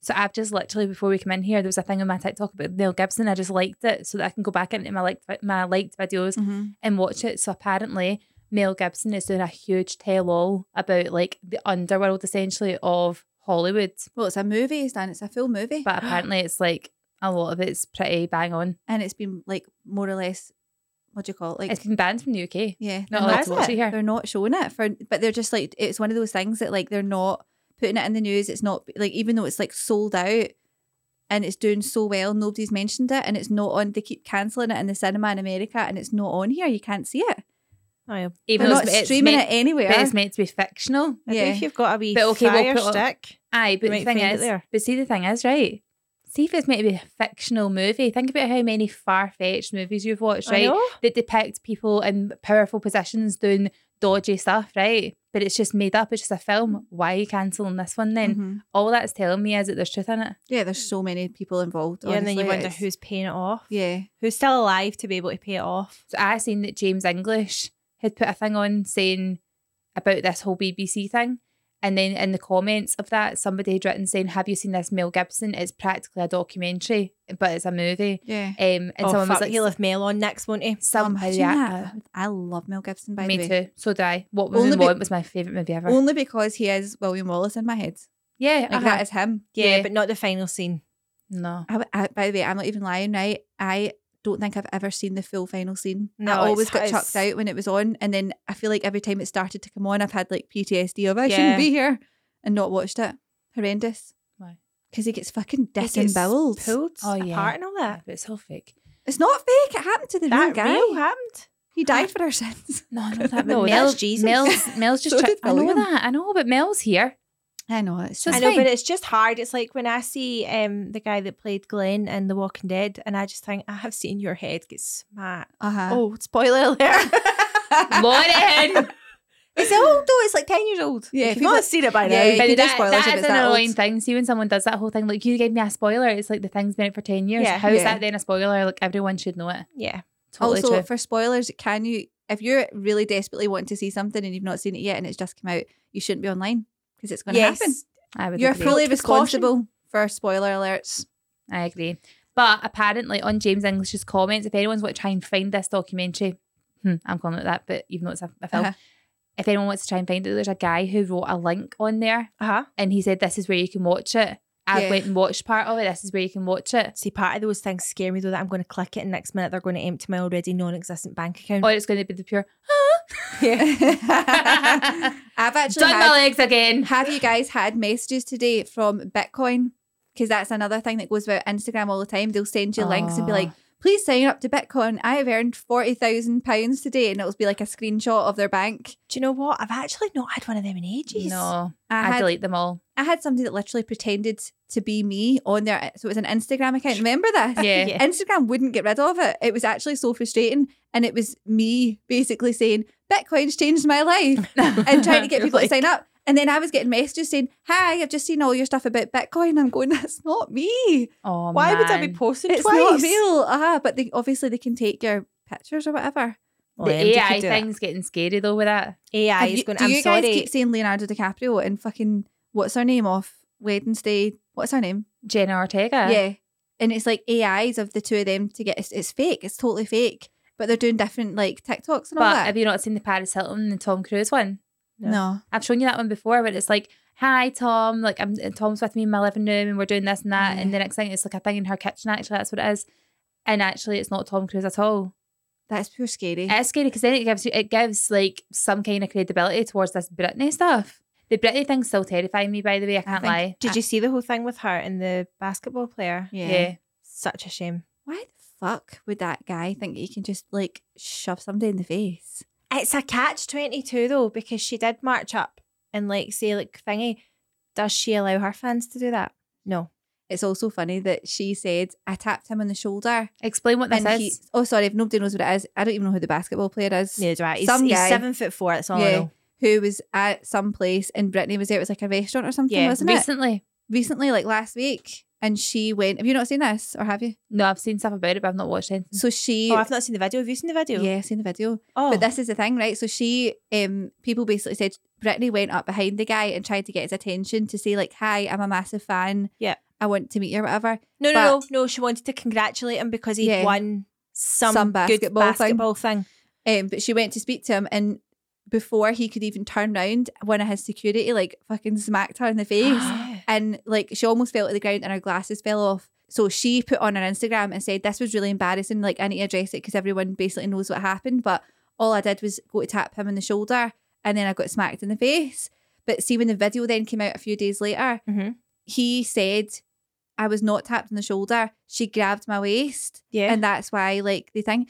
[SPEAKER 1] So I've just literally before we come in here, there was a thing on my TikTok about Mel Gibson. I just liked it so that I can go back into my liked my liked videos and watch it. So apparently, Mel Gibson is doing a huge tell-all about like the underworld essentially of Hollywood.
[SPEAKER 2] Well, it's a movie, Stan. It's a full movie,
[SPEAKER 1] But apparently, it's like a lot of it's pretty bang on.
[SPEAKER 2] and it's been like more or less. What do you call it? Like,
[SPEAKER 1] It's been banned from the UK.
[SPEAKER 2] yeah,
[SPEAKER 1] Not
[SPEAKER 2] they're
[SPEAKER 1] allowed
[SPEAKER 2] not-
[SPEAKER 1] to watch it here.
[SPEAKER 2] Oh, they're not showing it for but they're just like it's one of those things that like they're not putting it in the news it's not like even though it's like sold out and it's doing so well nobody's mentioned it and it's not on they keep cancelling it in the cinema in america and it's not on here you can't see it
[SPEAKER 3] Oh, yeah.
[SPEAKER 1] Even
[SPEAKER 2] they're
[SPEAKER 1] though
[SPEAKER 2] not
[SPEAKER 1] it's, it's
[SPEAKER 2] streaming
[SPEAKER 1] meant,
[SPEAKER 2] it anywhere
[SPEAKER 1] but it's meant to be fictional.
[SPEAKER 3] Maybe
[SPEAKER 2] Yeah.
[SPEAKER 3] if you've got a wee
[SPEAKER 1] But okay, we'll
[SPEAKER 3] fire
[SPEAKER 1] put up-
[SPEAKER 3] stick.
[SPEAKER 1] Aye, but the
[SPEAKER 3] might
[SPEAKER 1] thing
[SPEAKER 3] find it
[SPEAKER 1] is,
[SPEAKER 3] there.
[SPEAKER 1] but see, the thing is, right? See if it's meant to be a fictional movie. Think about how many far fetched movies you've watched,
[SPEAKER 3] I
[SPEAKER 1] right?
[SPEAKER 3] know.
[SPEAKER 1] That depict people in powerful positions doing dodgy stuff, right? But it's just made up. It's just a film. Why are you cancelling this one then?
[SPEAKER 3] Mm-hmm.
[SPEAKER 2] Mhm.
[SPEAKER 1] All that's telling me is that there's truth in it.
[SPEAKER 2] yeah there's so many people involved
[SPEAKER 3] Yeah, and then you
[SPEAKER 2] honestly,
[SPEAKER 3] wonder
[SPEAKER 2] it's-
[SPEAKER 3] who's paying it off.
[SPEAKER 2] yeah
[SPEAKER 3] Who's still alive to be able to pay it off?
[SPEAKER 1] So I seen that James English had put a thing on saying about this whole BBC thing. And then in the comments of that, somebody had written saying, Have you seen this Mel Gibson? It's practically a documentary, but it's a movie.
[SPEAKER 2] yeah
[SPEAKER 1] Um, and
[SPEAKER 3] oh,
[SPEAKER 1] someone
[SPEAKER 3] fuck,
[SPEAKER 1] was like,
[SPEAKER 3] he'll have mail on next, won't he?
[SPEAKER 1] Some
[SPEAKER 2] Imagine
[SPEAKER 1] yeah,
[SPEAKER 2] that. I love mel gibson by
[SPEAKER 1] me
[SPEAKER 2] the way
[SPEAKER 1] too. So do I. What Women
[SPEAKER 2] Only be-
[SPEAKER 1] Want was my favourite movie ever.
[SPEAKER 2] only because he is william wallace in my head
[SPEAKER 1] yeah,
[SPEAKER 2] like
[SPEAKER 1] uh-huh.
[SPEAKER 2] that is him
[SPEAKER 3] Yeah,
[SPEAKER 1] Yeah.
[SPEAKER 3] but not the final scene.
[SPEAKER 1] no.
[SPEAKER 2] I, I, by the way, I'm not even lying, right? I don't think I've ever seen the full final scene.
[SPEAKER 3] No,
[SPEAKER 2] I always
[SPEAKER 3] it's-
[SPEAKER 2] got
[SPEAKER 3] it's-
[SPEAKER 2] chucked out when it was on. And then I feel like every time it started to come on, I've had like PTSD of I
[SPEAKER 3] Yeah.
[SPEAKER 2] shouldn't be here and not watched it. Horrendous.
[SPEAKER 1] Why?
[SPEAKER 2] Because he gets fucking
[SPEAKER 3] He gets
[SPEAKER 2] disemboweled.
[SPEAKER 3] pulled
[SPEAKER 1] Oh, yeah.
[SPEAKER 3] apart and all
[SPEAKER 1] Yeah,
[SPEAKER 3] that.
[SPEAKER 1] but it's all fake.
[SPEAKER 2] It's not fake. It happened to the real
[SPEAKER 3] That
[SPEAKER 2] guy.
[SPEAKER 3] real happened.
[SPEAKER 2] he died for our sins.
[SPEAKER 1] No, I know that. But
[SPEAKER 3] No,
[SPEAKER 1] Mel,
[SPEAKER 3] that's Jesus.
[SPEAKER 1] Mel's, Mel's just.
[SPEAKER 2] So
[SPEAKER 1] try-
[SPEAKER 2] did
[SPEAKER 1] I know
[SPEAKER 2] William.
[SPEAKER 1] that. I know, but Mel's here.
[SPEAKER 2] I know. It's
[SPEAKER 1] Just
[SPEAKER 2] just
[SPEAKER 3] I know, but it's just hard. It's like when I see um the guy that played Glenn in The Walking Dead, and I just think I have seen your head get smacked.
[SPEAKER 2] uh huh.
[SPEAKER 3] Oh, spoiler alert! Oh.
[SPEAKER 1] Lauren!
[SPEAKER 3] it's old though. It's like ten years old.
[SPEAKER 2] Yeah,
[SPEAKER 3] if you've
[SPEAKER 2] people-
[SPEAKER 3] not seen it by now.
[SPEAKER 2] Yeah, you
[SPEAKER 1] But
[SPEAKER 2] can do
[SPEAKER 1] that,
[SPEAKER 2] spoilers
[SPEAKER 1] that
[SPEAKER 2] if
[SPEAKER 1] is
[SPEAKER 2] it's
[SPEAKER 1] an
[SPEAKER 2] that old.
[SPEAKER 1] annoying thing. See, when someone does that whole thing, like, you gave me a spoiler, it's like the thing's been out for 10 years.
[SPEAKER 3] Yeah.
[SPEAKER 1] How is
[SPEAKER 2] Yeah.
[SPEAKER 1] that then a spoiler? Like, everyone should know it.
[SPEAKER 3] yeah.
[SPEAKER 1] Totally
[SPEAKER 2] also,
[SPEAKER 1] true.
[SPEAKER 2] for spoilers, can you, if you're really desperately wanting to see something and you've not seen it yet and it's just come out, you shouldn't be online because it's going to
[SPEAKER 3] Yes.
[SPEAKER 2] happen.
[SPEAKER 1] I would
[SPEAKER 2] You're
[SPEAKER 1] agree.
[SPEAKER 2] fully
[SPEAKER 3] With caution.
[SPEAKER 2] responsible for spoiler alerts.
[SPEAKER 1] I agree. But apparently, on James English's comments, if anyone's want to try and find this documentary, hmm, I'm calling it that, but even though it's a, a film,
[SPEAKER 2] Uh-huh.
[SPEAKER 1] if anyone wants to try and find it, there's a guy who wrote a link on there
[SPEAKER 3] Uh huh.
[SPEAKER 1] and he said, This is where you can watch it. I
[SPEAKER 2] Yeah.
[SPEAKER 1] went and watched part of it. This is where you can watch it.
[SPEAKER 3] See, part of those things scare me though. That I'm going to click it, and next minute they're going to empty my already non-existent bank account.
[SPEAKER 1] Or Oh, it's going to be the pure,
[SPEAKER 2] I've actually
[SPEAKER 1] done my
[SPEAKER 2] had,
[SPEAKER 1] legs again.
[SPEAKER 2] have you guys had messages today from Bitcoin? Because that's another thing that goes about Instagram all the time. They'll send you links and be like,
[SPEAKER 1] Ah.
[SPEAKER 2] please sign up to Bitcoin. I have earned forty thousand pounds today. And it'll be like a screenshot of their bank.
[SPEAKER 3] Do you know what? I've actually not had one of them in ages.
[SPEAKER 1] No,
[SPEAKER 2] I
[SPEAKER 1] I
[SPEAKER 2] had
[SPEAKER 1] delete them all.
[SPEAKER 2] I had somebody that literally pretended to be me on their so it was an Instagram account. Remember this?
[SPEAKER 1] Yeah.
[SPEAKER 3] Yeah.
[SPEAKER 2] Instagram wouldn't get rid of it. It was actually so frustrating. And it was me basically saying, Bitcoin's changed my life and trying to get
[SPEAKER 3] You're
[SPEAKER 2] people
[SPEAKER 3] like-
[SPEAKER 2] to sign up. And then I was getting messages saying, "Hi, I've just seen all your stuff about Bitcoin." I'm going, "That's not me.
[SPEAKER 1] Oh,
[SPEAKER 3] Why would I be
[SPEAKER 1] man.
[SPEAKER 3] posting
[SPEAKER 2] It's
[SPEAKER 3] twice?
[SPEAKER 2] not real." Ah, but they obviously they can take your pictures or whatever.
[SPEAKER 3] Well,
[SPEAKER 1] the
[SPEAKER 3] AMD could
[SPEAKER 1] AI
[SPEAKER 3] do that.
[SPEAKER 1] thing's getting scary though with that.
[SPEAKER 3] AI
[SPEAKER 2] Have
[SPEAKER 3] is
[SPEAKER 2] you-
[SPEAKER 3] going.
[SPEAKER 2] do
[SPEAKER 3] I'm
[SPEAKER 2] you
[SPEAKER 3] sorry.
[SPEAKER 2] guys keep saying Leonardo DiCaprio and fucking what's her name off Wednesday? What's her name?
[SPEAKER 1] Jenna Ortega.
[SPEAKER 2] Yeah. And it's like AIs of the two of them to get it's, it's fake. It's totally fake. But they're doing different like TikToks and all
[SPEAKER 1] But
[SPEAKER 2] that.
[SPEAKER 1] have you not seen the Paris Hilton and Tom Cruise one?
[SPEAKER 2] no.
[SPEAKER 1] I've shown you that one before, but it's like, hi Tom, like I'm and Tom's with me in my living room and we're doing this and that. And the next thing it's like a thing in her kitchen, actually, that's what it is. And actually it's not Tom Cruise at all.
[SPEAKER 2] That's pure scary.
[SPEAKER 3] Eh,
[SPEAKER 1] It's scary because then it gives you it gives like some kind of credibility towards this Britney stuff. The Britney thing's still terrifying me, by the way, I can't
[SPEAKER 2] think-
[SPEAKER 1] lie.
[SPEAKER 3] Did you see the whole thing with her and the basketball player?
[SPEAKER 2] yeah.
[SPEAKER 1] Yeah.
[SPEAKER 3] Such a shame.
[SPEAKER 2] Why the fuck would that guy think he can just like shove somebody in the face?
[SPEAKER 3] It's a catch twenty two though because she did march up and like say like thingy. Does she allow her fans to do that? No.
[SPEAKER 2] It's also funny that she said, I tapped him on the shoulder.
[SPEAKER 1] Explain what this
[SPEAKER 2] and he,
[SPEAKER 1] is.
[SPEAKER 2] oh, sorry, if nobody knows what it is, I don't even know who the basketball player is.
[SPEAKER 3] Neither do I. He's,
[SPEAKER 2] Some
[SPEAKER 3] he's
[SPEAKER 2] guy-
[SPEAKER 3] seven foot four. That's all I
[SPEAKER 2] Yeah.
[SPEAKER 3] know.
[SPEAKER 2] Who was at some place and Brittany was there. It was like a restaurant or something,
[SPEAKER 3] Yeah,
[SPEAKER 2] wasn't it?
[SPEAKER 1] Recently.
[SPEAKER 2] Recently, like last week. And she went, Have you not seen this or have you?
[SPEAKER 1] No, I've seen stuff about it, but I've not watched anything.
[SPEAKER 2] So she
[SPEAKER 3] Mm. Oh, I've not seen the video. Have you seen the video?
[SPEAKER 2] Yeah, I've seen the video.
[SPEAKER 3] Oh,
[SPEAKER 2] But this is the thing, right? So she, um, people basically said Brittany went up behind the guy and tried to get his attention to say like, "Hi, I'm a massive fan.
[SPEAKER 3] Yeah.
[SPEAKER 2] I want to meet you or whatever."
[SPEAKER 3] no, no,
[SPEAKER 2] but-
[SPEAKER 3] no, no. She wanted to congratulate him because he
[SPEAKER 2] Yeah.
[SPEAKER 3] would won some,
[SPEAKER 2] Some
[SPEAKER 3] good
[SPEAKER 2] basketball thing.
[SPEAKER 3] basketball thing.
[SPEAKER 2] Um, but she went to speak to him, and before he could even turn round, one of his security like fucking smacked her in the face,
[SPEAKER 3] Ah.
[SPEAKER 2] and like she almost fell to the ground, and her glasses fell off. So she put on her Instagram and said, "This was really embarrassing. Like I need to address it because everyone basically knows what happened, but all I did was go to tap him on the shoulder, and then I got smacked in the face." But see, when the video then came out a few days later,
[SPEAKER 3] Mhm.
[SPEAKER 2] he said, I was not tapped on the shoulder. She grabbed my waist.
[SPEAKER 3] Yeah.
[SPEAKER 2] And that's why, like, the thing,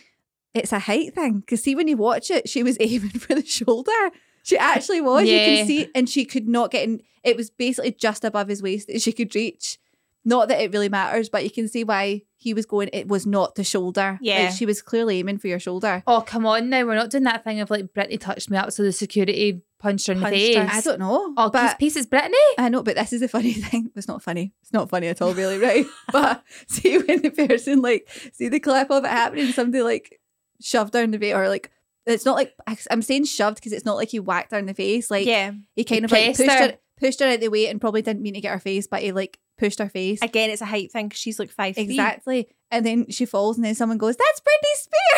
[SPEAKER 2] it's a height thing. Because see, when you watch it, she was aiming for the shoulder. She actually was. You
[SPEAKER 1] Yeah.
[SPEAKER 2] can see. And she could not get in. It was basically just above his waist that she could reach. Not that it really matters, but you can see why he was going, it was not the shoulder.
[SPEAKER 3] Yeah.
[SPEAKER 2] Like, she was clearly aiming for your shoulder.
[SPEAKER 1] Oh, come on now. We're not doing that thing of like Britney touched me up, so the security punched her in
[SPEAKER 3] Punched
[SPEAKER 1] the face.
[SPEAKER 3] her.
[SPEAKER 2] I don't know.
[SPEAKER 1] Oh,
[SPEAKER 2] but
[SPEAKER 1] this piece is Britney.
[SPEAKER 2] I know, but this is the funny thing. It's not funny. It's not funny at all, really, right? but see when the person like see the clip of it happening, somebody like shoved down the face, or like it's not like I'm saying shoved because it's not like he whacked her in the face. Like
[SPEAKER 3] yeah.
[SPEAKER 2] he kind
[SPEAKER 1] He
[SPEAKER 2] of like
[SPEAKER 1] pressed
[SPEAKER 2] pushed her.
[SPEAKER 1] her.
[SPEAKER 2] pushed her out the way and probably didn't mean to get her face, but he like pushed her face.
[SPEAKER 3] Again, it's a height thing 'cause she's like five feet.
[SPEAKER 2] Exactly. And then she falls, and then someone goes, "That's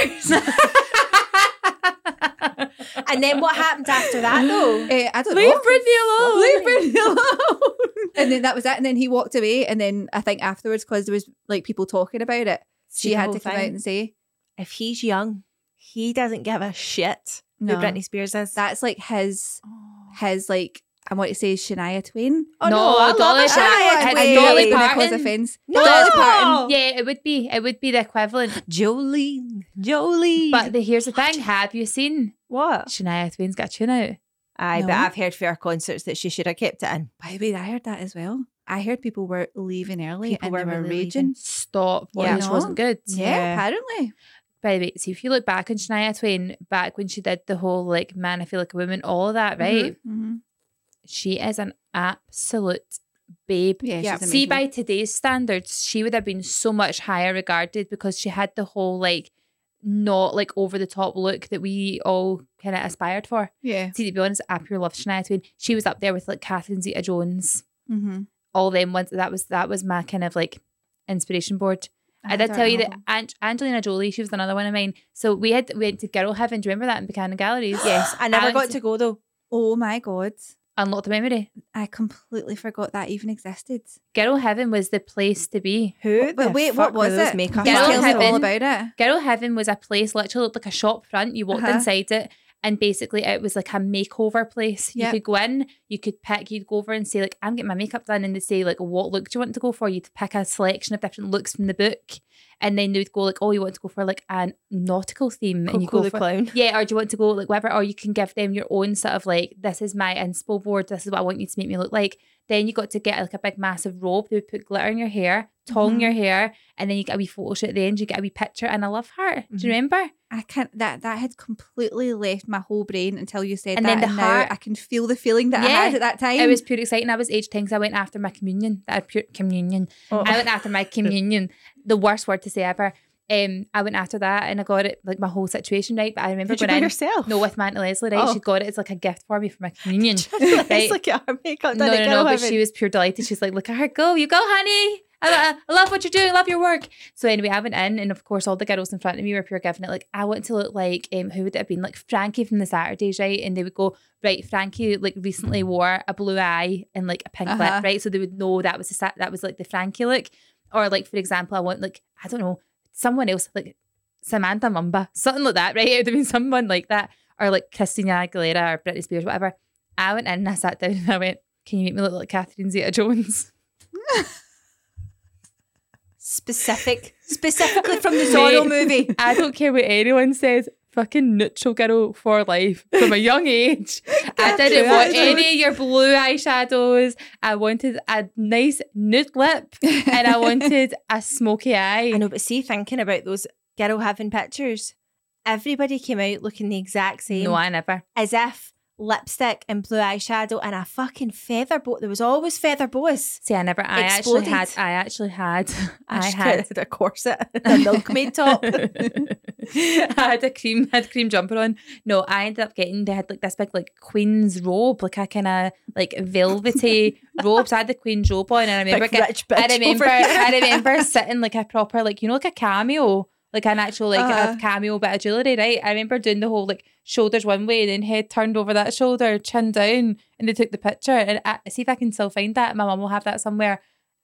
[SPEAKER 2] Britney Spears."
[SPEAKER 3] And then what happened after that though?
[SPEAKER 2] Eh, I don't
[SPEAKER 1] Leave
[SPEAKER 2] know.
[SPEAKER 1] Britney alone.
[SPEAKER 2] Leave Britney alone. and then that was it. And then he walked away. And then I think afterwards, because there was like people talking about it, she
[SPEAKER 3] See the
[SPEAKER 2] had
[SPEAKER 3] whole
[SPEAKER 2] to come out
[SPEAKER 3] thing?
[SPEAKER 2] and say,
[SPEAKER 3] if he's young, he doesn't give a shit
[SPEAKER 2] "No,
[SPEAKER 3] who Britney Spears is.
[SPEAKER 2] that's like his his like." I want to say Shania Twain.
[SPEAKER 3] oh
[SPEAKER 1] No,
[SPEAKER 3] no, I love
[SPEAKER 1] Dolly
[SPEAKER 3] it.
[SPEAKER 1] Shania
[SPEAKER 3] Shania
[SPEAKER 1] Twain.
[SPEAKER 3] Twain.
[SPEAKER 1] Dolly
[SPEAKER 2] gonna
[SPEAKER 1] Parton.
[SPEAKER 2] cause offence.
[SPEAKER 3] No!
[SPEAKER 2] Dolly Parton.
[SPEAKER 1] Yeah, it would be. It would be the equivalent.
[SPEAKER 3] Jolene. Jolene.
[SPEAKER 1] But the, here's the thing: Have you seen
[SPEAKER 3] what?
[SPEAKER 1] Shania Twain's got a tune out?
[SPEAKER 3] Aye, but
[SPEAKER 2] No.
[SPEAKER 3] I've heard for her concerts that she should have kept it in.
[SPEAKER 2] By the way, I heard that as well. I heard people were leaving early
[SPEAKER 3] People
[SPEAKER 2] and
[SPEAKER 3] were
[SPEAKER 2] they were
[SPEAKER 3] really
[SPEAKER 2] raging.
[SPEAKER 3] leaving.
[SPEAKER 1] Stop. What
[SPEAKER 3] Yeah.
[SPEAKER 1] yeah,
[SPEAKER 2] No.
[SPEAKER 1] wasn't good.
[SPEAKER 2] Yeah,
[SPEAKER 3] Yeah.
[SPEAKER 2] apparently.
[SPEAKER 1] By the way, see if you look back on Shania Twain, back when she did the whole like "Man, I feel like a woman," all of that, right?
[SPEAKER 2] Mhm.
[SPEAKER 1] She is an absolute babe.
[SPEAKER 2] Yeah,
[SPEAKER 3] Yeah.
[SPEAKER 2] she's
[SPEAKER 1] See,
[SPEAKER 2] amazing.
[SPEAKER 1] by today's standards, she would have been so much higher regarded because she had the whole like not like over the top look that we all kind of aspired for.
[SPEAKER 2] yeah.
[SPEAKER 1] See, to be honest, I pure love Shania Twain. She was up there with like Catherine Zeta Jones,
[SPEAKER 2] Mm-hmm.
[SPEAKER 1] all them ones. That was that was my kind of like inspiration board. I, did tell you that Ang- Angelina Jolie, she was another one of mine. So we had we went to Girl Heaven. Do you remember that in Buchanan Galleries?
[SPEAKER 3] Yes, I never
[SPEAKER 1] And-
[SPEAKER 3] got to go though.
[SPEAKER 2] Oh my god,
[SPEAKER 1] Unlock the memory.
[SPEAKER 2] I completely forgot that even existed.
[SPEAKER 1] Girl Heaven was the place to be.
[SPEAKER 3] Who?
[SPEAKER 2] But
[SPEAKER 3] the
[SPEAKER 2] wait,
[SPEAKER 3] fuck
[SPEAKER 2] what
[SPEAKER 3] were
[SPEAKER 2] was
[SPEAKER 3] those
[SPEAKER 2] it?
[SPEAKER 1] Girl
[SPEAKER 3] Makeup
[SPEAKER 2] Just tell me
[SPEAKER 3] artists?
[SPEAKER 1] Heaven.
[SPEAKER 2] all about it.
[SPEAKER 1] Girl Heaven was a place literally looked like a shop front. You walked
[SPEAKER 2] Uh-huh.
[SPEAKER 1] inside it, and basically it was like a makeover place.
[SPEAKER 2] Yep.
[SPEAKER 1] You could go in, you could pick, you'd go over and say like, "I'm getting my makeup done," and they say like, "What look do you want to go for?" You'd pick a selection of different looks from the book, and then they would go like, "Oh, you want to go for like a nautical theme?" and you
[SPEAKER 3] Coco
[SPEAKER 1] go
[SPEAKER 3] the
[SPEAKER 1] for
[SPEAKER 3] clown.
[SPEAKER 1] yeah, or do you want to go like whatever, or you can give them your own sort of like, this is my inspo board, this is what I want you to make me look like. Then you got to get like a big massive robe. They would put glitter in your hair, tong
[SPEAKER 3] Mm-hmm.
[SPEAKER 2] Mhm.
[SPEAKER 1] your hair, and then you get a wee photo shoot at the end. You get a wee picture and a love heart. Do
[SPEAKER 3] Mhm.
[SPEAKER 1] you remember?
[SPEAKER 2] I can't. That that had completely left my whole brain until you said
[SPEAKER 1] And then
[SPEAKER 2] that.
[SPEAKER 1] the
[SPEAKER 2] and
[SPEAKER 1] heart-
[SPEAKER 2] now I can feel the feeling that I
[SPEAKER 1] Yeah.
[SPEAKER 2] had at that time.
[SPEAKER 1] It was pure exciting. I was age 10 'cause I went after my communion. I had pure communion. I went after my communion. The worst word to say ever. Um, I went after that and I got it like my whole situation right. But I remember
[SPEAKER 3] Did you
[SPEAKER 1] going
[SPEAKER 3] go
[SPEAKER 1] in.
[SPEAKER 3] yourself?
[SPEAKER 1] No, with my Aunt Leslie, right?
[SPEAKER 3] Oh.
[SPEAKER 1] She got it as like a gift for me for my communion.
[SPEAKER 3] it's
[SPEAKER 1] right.
[SPEAKER 3] like our makeup
[SPEAKER 1] no,
[SPEAKER 3] done
[SPEAKER 1] no,
[SPEAKER 3] it,
[SPEAKER 1] no,
[SPEAKER 3] girl,
[SPEAKER 1] but
[SPEAKER 3] haven't-
[SPEAKER 1] she was pure delighted. She's like, look at her go, you go, honey. I, I love what you're doing. I love your work. So anyway, I went in, and of course, all the girls in front of me were pure giving it. Like, I want to look like um, who would it have been? Like Frankie from the Saturdays, right? And they would go, right, Frankie like recently wore a blue eye and like a pink
[SPEAKER 2] Uh-huh.
[SPEAKER 1] lip, right? So they would know that was the Sat- that was like the Frankie look. Or like for example, I want like I don't know someone else like Samantha Mumba, something like that, right? It would have been someone like that, or like Christina Aguilera or Britney Spears, whatever. I went in and I sat down and I went, Can you make me look like Catherine Zeta Jones?
[SPEAKER 3] specific, specifically from the
[SPEAKER 1] Mate.
[SPEAKER 3] Zorro movie.
[SPEAKER 1] I don't care what anyone says. Fucking neutral girl for life from a young age. I didn't
[SPEAKER 3] Catherine
[SPEAKER 1] want
[SPEAKER 3] Zeta Jones.
[SPEAKER 1] any of your blue eyeshadows. I wanted a nice nude lip and I wanted a smoky
[SPEAKER 3] I
[SPEAKER 1] eye.
[SPEAKER 3] know, but see, thinking about those girl having pictures, everybody came out looking the exact same,
[SPEAKER 1] No, I never.
[SPEAKER 3] as if lipstick and blue eyeshadow and a fucking feather boa. There was always feather boas.
[SPEAKER 1] See, I never. I
[SPEAKER 3] Exploded.
[SPEAKER 1] actually had. I actually had. I,
[SPEAKER 3] I,
[SPEAKER 1] had.
[SPEAKER 3] had a corset, a milkmaid top.
[SPEAKER 1] I had a cream. Had a cream jumper on. No, I ended up getting. They had like this big like queen's robe, like a kind of like velvety robe. So I had the queen's robe on, and I remember.
[SPEAKER 3] Big
[SPEAKER 1] get-
[SPEAKER 3] rich bitch
[SPEAKER 1] I remember.
[SPEAKER 3] over here.
[SPEAKER 1] I remember sitting like a proper like you know like a cameo. Like an actual like
[SPEAKER 2] Uh-huh.
[SPEAKER 1] a cameo bit of jewellery, right? I remember doing the whole like shoulders one way and then head turned over that shoulder, chin down, and they took the picture. And I, see if I can still find that. My mum will have that somewhere.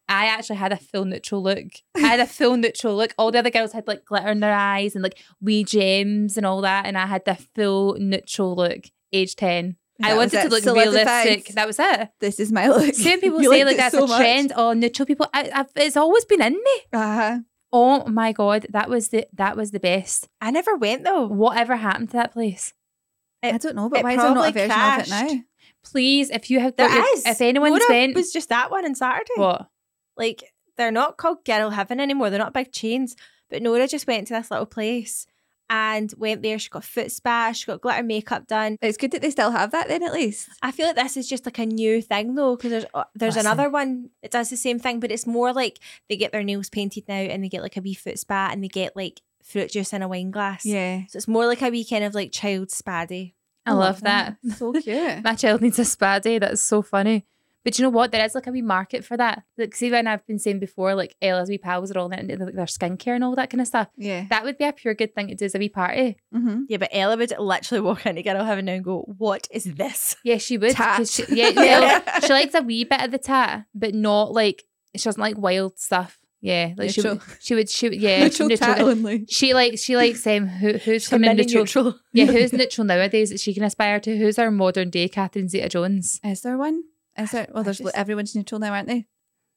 [SPEAKER 1] I actually had a full neutral look. I had a full neutral look. All the other girls had like glitter in their eyes and like wee gems and all that, and I had the full neutral look. Age ten, I
[SPEAKER 2] That was
[SPEAKER 1] wanted to
[SPEAKER 2] it.
[SPEAKER 1] look
[SPEAKER 2] Solidified.
[SPEAKER 1] realistic. That was it.
[SPEAKER 2] this is my look.
[SPEAKER 1] Some people
[SPEAKER 2] You
[SPEAKER 1] say
[SPEAKER 2] liked
[SPEAKER 1] like
[SPEAKER 2] it
[SPEAKER 1] that's
[SPEAKER 2] so
[SPEAKER 1] a
[SPEAKER 2] much.
[SPEAKER 1] trend. Oh, neutral people. I, I've, it's always been in me.
[SPEAKER 2] Uh-huh.
[SPEAKER 1] Oh my god, that was the that was the best.
[SPEAKER 3] I never went though.
[SPEAKER 1] Whatever happened to that place?
[SPEAKER 2] I don't know, but
[SPEAKER 3] it
[SPEAKER 2] why is there not a
[SPEAKER 3] probably
[SPEAKER 2] version
[SPEAKER 3] crashed.
[SPEAKER 2] of it now?
[SPEAKER 1] Please, if you have
[SPEAKER 3] There
[SPEAKER 1] if-
[SPEAKER 3] is.
[SPEAKER 1] if anyone's
[SPEAKER 3] What
[SPEAKER 1] been
[SPEAKER 3] was just that one on Saturday.
[SPEAKER 1] what
[SPEAKER 3] Like they're not called girl heaven anymore. They're not big chains. But Nora just went to this little place and went there. She got foot spa. She got glitter makeup done.
[SPEAKER 2] It's good that they still have that then, at least.
[SPEAKER 3] I feel like this is just like a new thing though, because there's uh, there's
[SPEAKER 1] Listen.
[SPEAKER 3] another one that does the same thing, but it's more like they get their nails painted now and they get like a wee foot spa and they get like fruit juice in a wine glass.
[SPEAKER 2] Yeah.
[SPEAKER 3] So it's more like a wee kind of like child spa day.
[SPEAKER 2] Oh
[SPEAKER 1] I love that.
[SPEAKER 2] So cute.
[SPEAKER 1] My child needs a spa day. That's so funny. But you know what? There is like a wee market for that. Like, see, when I've been saying before, like Ella's wee pals are all into like, their skincare and all that kind of stuff.
[SPEAKER 2] yeah.
[SPEAKER 1] That would be a pure good thing to do as a wee party.
[SPEAKER 2] hmm
[SPEAKER 3] Yeah, but Ella would literally walk into Girl Heaven now and go, What is this?
[SPEAKER 1] Yeah, she would. 'cause
[SPEAKER 2] Tat.
[SPEAKER 1] She, yeah, well, she likes a wee bit of the tat, but not like she doesn't like wild stuff. Yeah, like she, would-
[SPEAKER 2] Neutral.
[SPEAKER 1] she would. She would. Yeah,
[SPEAKER 2] Neutral tat
[SPEAKER 1] neutral.
[SPEAKER 2] only.
[SPEAKER 1] She likes. She likes. Um, who, who's
[SPEAKER 3] She's a
[SPEAKER 1] kind of
[SPEAKER 3] mini
[SPEAKER 1] neutral?
[SPEAKER 3] neutral.
[SPEAKER 1] Yeah, who's neutral nowadays that she can aspire to? Who's our modern day Catherine Zeta Jones?
[SPEAKER 2] Is there one? Is there? Well,
[SPEAKER 3] I
[SPEAKER 2] there's
[SPEAKER 3] just-
[SPEAKER 2] everyone's neutral now, aren't they?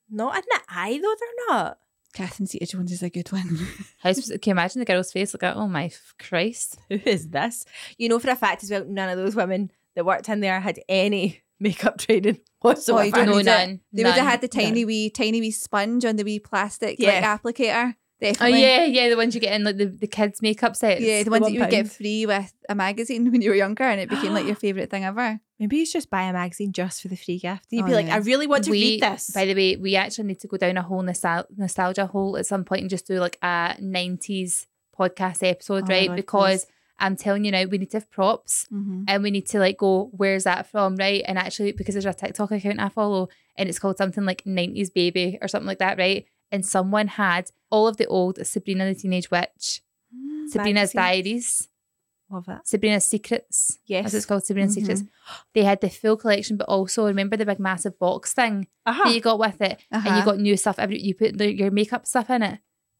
[SPEAKER 3] Not in the eye though, they're not.
[SPEAKER 2] Catherine Zeta Jones is a good one.
[SPEAKER 1] How sp- can you imagine the girl's face? Like, oh my f- Christ!
[SPEAKER 3] Who is this? You know for a fact as well, none of those women that worked in there had any makeup training whatsoever.
[SPEAKER 2] you don't
[SPEAKER 1] no,
[SPEAKER 2] need that.
[SPEAKER 1] none.
[SPEAKER 2] They would have
[SPEAKER 1] none.
[SPEAKER 2] had the tiny wee, tiny wee sponge on the wee plastic like
[SPEAKER 3] Yeah.
[SPEAKER 2] applicator.
[SPEAKER 1] Oh
[SPEAKER 2] Definitely.
[SPEAKER 1] yeah, yeah, the ones you get in like the, the kids' makeup sets.
[SPEAKER 2] Yeah, the
[SPEAKER 3] the
[SPEAKER 2] ones that
[SPEAKER 3] one
[SPEAKER 2] you would get
[SPEAKER 3] pound.
[SPEAKER 2] free with a magazine when you were younger, and it became like your favorite thing ever.
[SPEAKER 3] Maybe you should just buy a magazine just for the free gift. You'd
[SPEAKER 2] Oh,
[SPEAKER 3] be like,
[SPEAKER 2] yeah.
[SPEAKER 3] I really want to
[SPEAKER 1] we,
[SPEAKER 3] read this.
[SPEAKER 1] By the way, we actually need to go down a whole nostal- nostalgia hole at some point and just do like a 90s podcast episode,
[SPEAKER 2] Oh my
[SPEAKER 1] right?
[SPEAKER 2] God,
[SPEAKER 1] because I'm telling you now, we need to have props
[SPEAKER 2] Mm-hmm.
[SPEAKER 1] and we need to like go, where's that from, right? And actually, because there's a TikTok account I follow and it's called something like 90s Baby or something like that, right? And someone had all of the old Sabrina the Teenage Witch, Sabrina's
[SPEAKER 3] Magazines.
[SPEAKER 1] Diaries,
[SPEAKER 3] Love it.
[SPEAKER 1] Sabrina's Secrets.
[SPEAKER 3] Yes.
[SPEAKER 1] That's what it's called, Sabrina's Secrets. They had the full collection, but also remember the big massive box thing
[SPEAKER 3] Uh-huh.
[SPEAKER 1] that you got with it? and
[SPEAKER 2] Uh-huh.
[SPEAKER 1] you got new stuff every you put the, your makeup stuff in it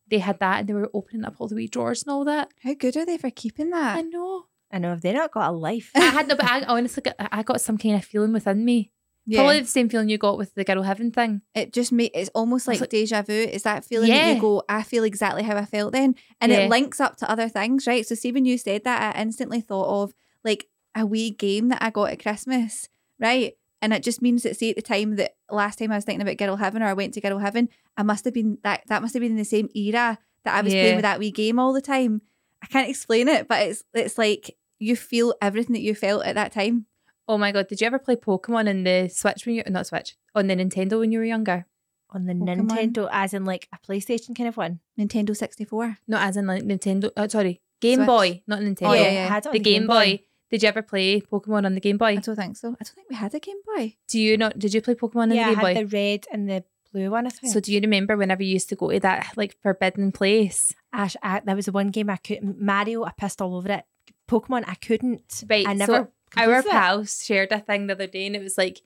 [SPEAKER 1] they had that and they were opening up all the wee drawers and all that
[SPEAKER 2] How good are they for keeping
[SPEAKER 1] i
[SPEAKER 2] that?
[SPEAKER 1] know
[SPEAKER 3] I know, have they not got a life?
[SPEAKER 1] i had no but i honestly got, i got some kind of feeling within me probably the same feeling you got with the girl heaven thing
[SPEAKER 2] it just made it's almost
[SPEAKER 1] I was
[SPEAKER 2] like deja vu. It's that feeling that
[SPEAKER 1] Yeah.
[SPEAKER 2] you go, I feel exactly how I felt then, and
[SPEAKER 1] Yeah.
[SPEAKER 2] it links up to other things, right? So, see, when you said that, I instantly thought of like a wee game that I got at Christmas, right? And it just means that, say, at the time that last time I was thinking about Girl Heaven or I went to Girl Heaven, I must have been that, that must have been in the same era that I was
[SPEAKER 1] Yeah.
[SPEAKER 2] playing with that wee game all the time. I can't explain it, but it's, it's like you feel everything that you felt at that time.
[SPEAKER 1] Oh my god, did you ever play Pokemon on the Switch when you not Switch on the Nintendo when you were younger?
[SPEAKER 3] on the
[SPEAKER 2] Pokemon.
[SPEAKER 3] Nintendo, as in like a PlayStation kind of one.
[SPEAKER 2] Nintendo 64.
[SPEAKER 1] Not as in like Nintendo. Oh, sorry, Game
[SPEAKER 2] Switch.
[SPEAKER 1] Boy, not Nintendo.
[SPEAKER 2] yeah,
[SPEAKER 3] it
[SPEAKER 2] yeah.
[SPEAKER 3] had it on
[SPEAKER 1] Oh, The Game, Boy. Did you ever play Pokemon on the Game
[SPEAKER 2] I
[SPEAKER 1] Boy?
[SPEAKER 2] don't think so. I don't think we had a Game Boy.
[SPEAKER 1] Do you not? Did you play Pokemon on the
[SPEAKER 3] Yeah, I
[SPEAKER 1] Game
[SPEAKER 3] had
[SPEAKER 1] Boy?
[SPEAKER 3] the red and the blue one. I think.
[SPEAKER 1] So do you remember whenever you used to go to that like forbidden place?
[SPEAKER 3] Ash, I, that was the one game I couldn't. Mario, I pissed all over it. Pokemon, I couldn't.
[SPEAKER 1] Right,
[SPEAKER 3] I
[SPEAKER 1] so
[SPEAKER 3] never.
[SPEAKER 1] Our
[SPEAKER 3] completed it.
[SPEAKER 1] pals shared a thing the other day, and it was like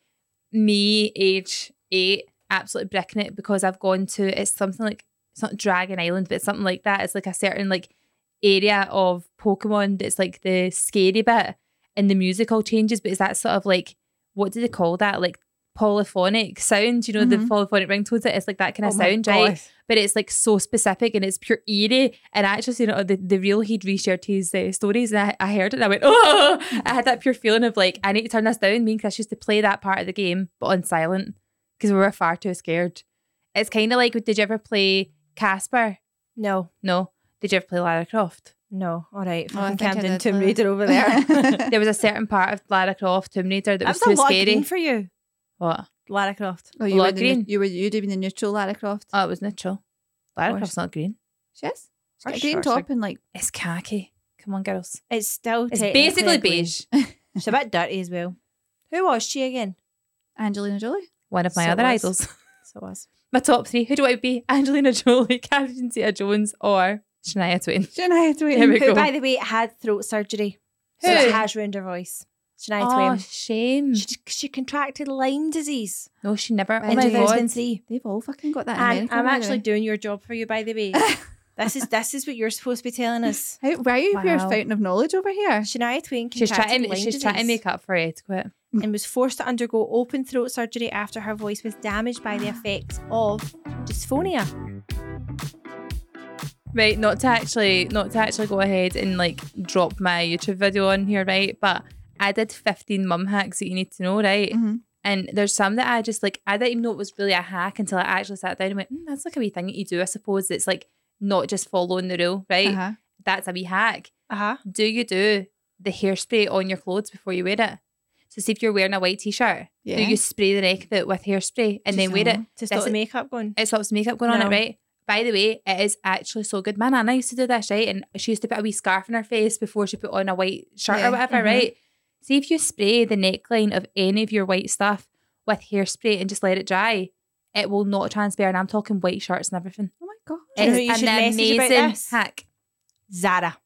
[SPEAKER 1] me, age eight, absolutely bricking it because I've gone to it's something like it's not Dragon Island, but it's something like that. It's like a certain like area of Pokemon that's like the scary bit, and the music all changes, but it's that sort of like what do they call that? Like polyphonic sound, you know, the
[SPEAKER 2] Mhm.
[SPEAKER 1] polyphonic ringtones. It's like that kind of
[SPEAKER 3] Mm-hmm. Oh my
[SPEAKER 1] sound, right?
[SPEAKER 3] God.
[SPEAKER 1] but it's like so specific and it's pure eerie. And I actually seen it on the, the reel he'd reshared his uh, stories and I, I heard it and I went, oh, I had that pure feeling of like, I need to turn this down. Me and Chris used to play that part of the game, but on silent because we were far too scared. It's kind of like, did you ever play Casper?
[SPEAKER 3] No,
[SPEAKER 1] No. Did you ever play Lara Croft?
[SPEAKER 3] no. All right,
[SPEAKER 2] Oh, I
[SPEAKER 3] fucking
[SPEAKER 2] think I
[SPEAKER 3] Camden
[SPEAKER 2] did
[SPEAKER 3] Tomb
[SPEAKER 2] that.
[SPEAKER 3] Raider over there. that
[SPEAKER 1] There was a certain part of Lara Croft Tomb Raider that was,
[SPEAKER 3] was a
[SPEAKER 1] too
[SPEAKER 3] lot of
[SPEAKER 1] scary.
[SPEAKER 3] green for you,
[SPEAKER 1] what?
[SPEAKER 3] Lara Croft.
[SPEAKER 2] Oh,
[SPEAKER 1] Lot
[SPEAKER 2] you were,
[SPEAKER 1] of
[SPEAKER 2] the,
[SPEAKER 1] green.
[SPEAKER 2] nu- you were you'd have been the neutral Lara Croft.
[SPEAKER 1] Oh, it was neutral. Lara
[SPEAKER 2] Or-
[SPEAKER 1] Croft's not green.
[SPEAKER 2] yes. She's
[SPEAKER 3] Or
[SPEAKER 2] got a green
[SPEAKER 3] shorts,
[SPEAKER 2] top
[SPEAKER 3] like-
[SPEAKER 2] and like
[SPEAKER 1] It's khaki. Come on, girls.
[SPEAKER 3] It's still.
[SPEAKER 1] It's
[SPEAKER 3] technically
[SPEAKER 1] basically
[SPEAKER 3] a green.
[SPEAKER 1] beige.
[SPEAKER 3] She's a bit dirty as well. Who was she again?
[SPEAKER 2] Angelina Jolie.
[SPEAKER 1] One of my
[SPEAKER 3] So it
[SPEAKER 1] other
[SPEAKER 3] was.
[SPEAKER 1] idols.
[SPEAKER 3] So was.
[SPEAKER 1] My top three. Who do I be? Angelina Jolie, Catherine Zeta Jones, or Shania Twain.
[SPEAKER 2] Shania Twain.
[SPEAKER 1] There we
[SPEAKER 3] Who,
[SPEAKER 1] go.
[SPEAKER 3] by the way, had throat surgery. So
[SPEAKER 1] Who?
[SPEAKER 3] it has ruined her voice. Shania
[SPEAKER 1] Oh,
[SPEAKER 3] Twain.
[SPEAKER 1] shame.
[SPEAKER 3] She, she contracted Lyme disease
[SPEAKER 1] No, she never. Oh
[SPEAKER 3] in
[SPEAKER 1] my god.
[SPEAKER 3] 2003.
[SPEAKER 2] They've all fucking got that. in
[SPEAKER 3] And
[SPEAKER 2] America,
[SPEAKER 3] I'm
[SPEAKER 2] by the
[SPEAKER 3] actually
[SPEAKER 2] way.
[SPEAKER 3] doing your job for you, by the way. this is this is what you're supposed to be telling us.
[SPEAKER 2] How, why are you pure
[SPEAKER 3] Wow.
[SPEAKER 2] fountain of knowledge over here?
[SPEAKER 3] Shania Twain
[SPEAKER 1] She's
[SPEAKER 3] contracted
[SPEAKER 1] trying.
[SPEAKER 3] Lyme
[SPEAKER 1] She's trying to
[SPEAKER 3] disease
[SPEAKER 1] make up for etiquette.
[SPEAKER 3] and was forced to undergo open throat surgery after her voice was damaged by the effects of dysphonia.
[SPEAKER 1] Right, not to actually, not to actually go ahead and like drop my YouTube video on here, right? But I did 15 mum hacks that you need to know, right?
[SPEAKER 2] Mhm.
[SPEAKER 1] And there's some that I just like, I didn't even know it was really a hack until I actually sat down and went, mm, that's like a wee thing that you do, I suppose. It's like not just following the rule, right?
[SPEAKER 2] Uh-huh.
[SPEAKER 1] That's a wee hack.
[SPEAKER 3] Uh-huh.
[SPEAKER 1] do you do the hairspray on your clothes before you wear it? So see if you're wearing a white t-shirt, do
[SPEAKER 2] Yeah.
[SPEAKER 1] you spray the neck of it with hairspray and then wear it?
[SPEAKER 3] To stop
[SPEAKER 1] This
[SPEAKER 3] the
[SPEAKER 1] is-
[SPEAKER 3] makeup going.
[SPEAKER 1] It stops makeup going on
[SPEAKER 3] No.
[SPEAKER 1] it, right? By the way, it is actually so good. My nana used to do this, right? And she used to put a wee scarf on her face before she put on a white shirt
[SPEAKER 2] Yeah.
[SPEAKER 1] or whatever,
[SPEAKER 3] Mhm.
[SPEAKER 1] right? See if you spray the neckline of any of your white stuff with hairspray and just let it dry, it will not transpire. And I'm talking white shirts and everything.
[SPEAKER 2] Oh my god.
[SPEAKER 3] Do you know
[SPEAKER 1] It's
[SPEAKER 3] who you
[SPEAKER 1] an
[SPEAKER 3] should message about
[SPEAKER 1] amazing
[SPEAKER 3] this?
[SPEAKER 1] hack.
[SPEAKER 3] Zara.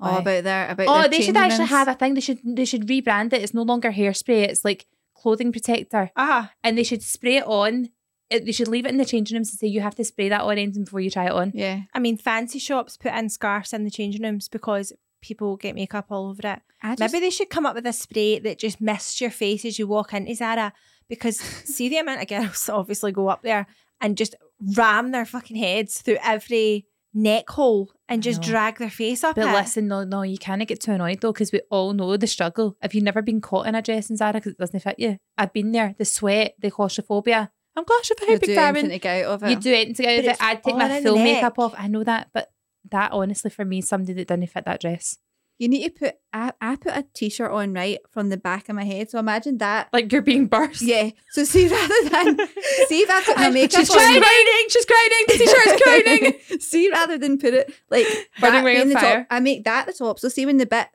[SPEAKER 2] Oh,
[SPEAKER 1] Why?
[SPEAKER 2] about their about.
[SPEAKER 1] Oh,
[SPEAKER 2] their
[SPEAKER 1] they should
[SPEAKER 2] changing
[SPEAKER 1] actually
[SPEAKER 2] rooms.
[SPEAKER 1] have a thing. They should they should rebrand it. It's no longer hairspray. It's like clothing protector,
[SPEAKER 3] Uh-huh.
[SPEAKER 1] and they should spray it on. It, they should leave it in the changing rooms and say you have to spray that on anything before you try it on.
[SPEAKER 2] Yeah,
[SPEAKER 3] I mean, fancy shops put in scarves in the changing rooms because people get makeup all over it.
[SPEAKER 2] I just,
[SPEAKER 3] Maybe they should come up with a spray that just mists your face as you walk into Zara because see the amount of girls that obviously go up there and just ram their fucking heads through every neck hole and just
[SPEAKER 1] know.
[SPEAKER 3] drag their face up
[SPEAKER 1] But
[SPEAKER 3] it.
[SPEAKER 1] listen, no, no, you can't get too annoyed though, because we all know the struggle. If you've never been caught in a dress in Zara because it doesn't fit you, I've been there. The sweat, the claustrophobia. I'm
[SPEAKER 2] you
[SPEAKER 1] claustrophobic,
[SPEAKER 2] do
[SPEAKER 1] Darren.
[SPEAKER 2] anything to get out of it.
[SPEAKER 1] You do it to get out of
[SPEAKER 3] But
[SPEAKER 1] it.
[SPEAKER 3] it's
[SPEAKER 1] I'd take
[SPEAKER 3] all
[SPEAKER 1] my
[SPEAKER 3] in the
[SPEAKER 1] full makeup
[SPEAKER 3] neck.
[SPEAKER 1] off. I know that, but that honestly for me, is somebody that didn't fit that dress,
[SPEAKER 2] You need to put. I, I put a t-shirt on right from the back of my head. So imagine that.
[SPEAKER 1] like you're being burst.
[SPEAKER 2] Yeah. So see, rather than see if I put my makeup
[SPEAKER 1] She's
[SPEAKER 2] on.
[SPEAKER 1] crying, she's crying, the t-shirt's crying.
[SPEAKER 2] see, rather than put it like
[SPEAKER 1] Burning
[SPEAKER 2] that
[SPEAKER 1] ring
[SPEAKER 2] being
[SPEAKER 1] of
[SPEAKER 2] the
[SPEAKER 1] fire.
[SPEAKER 2] top, I make that the top. So see when the bit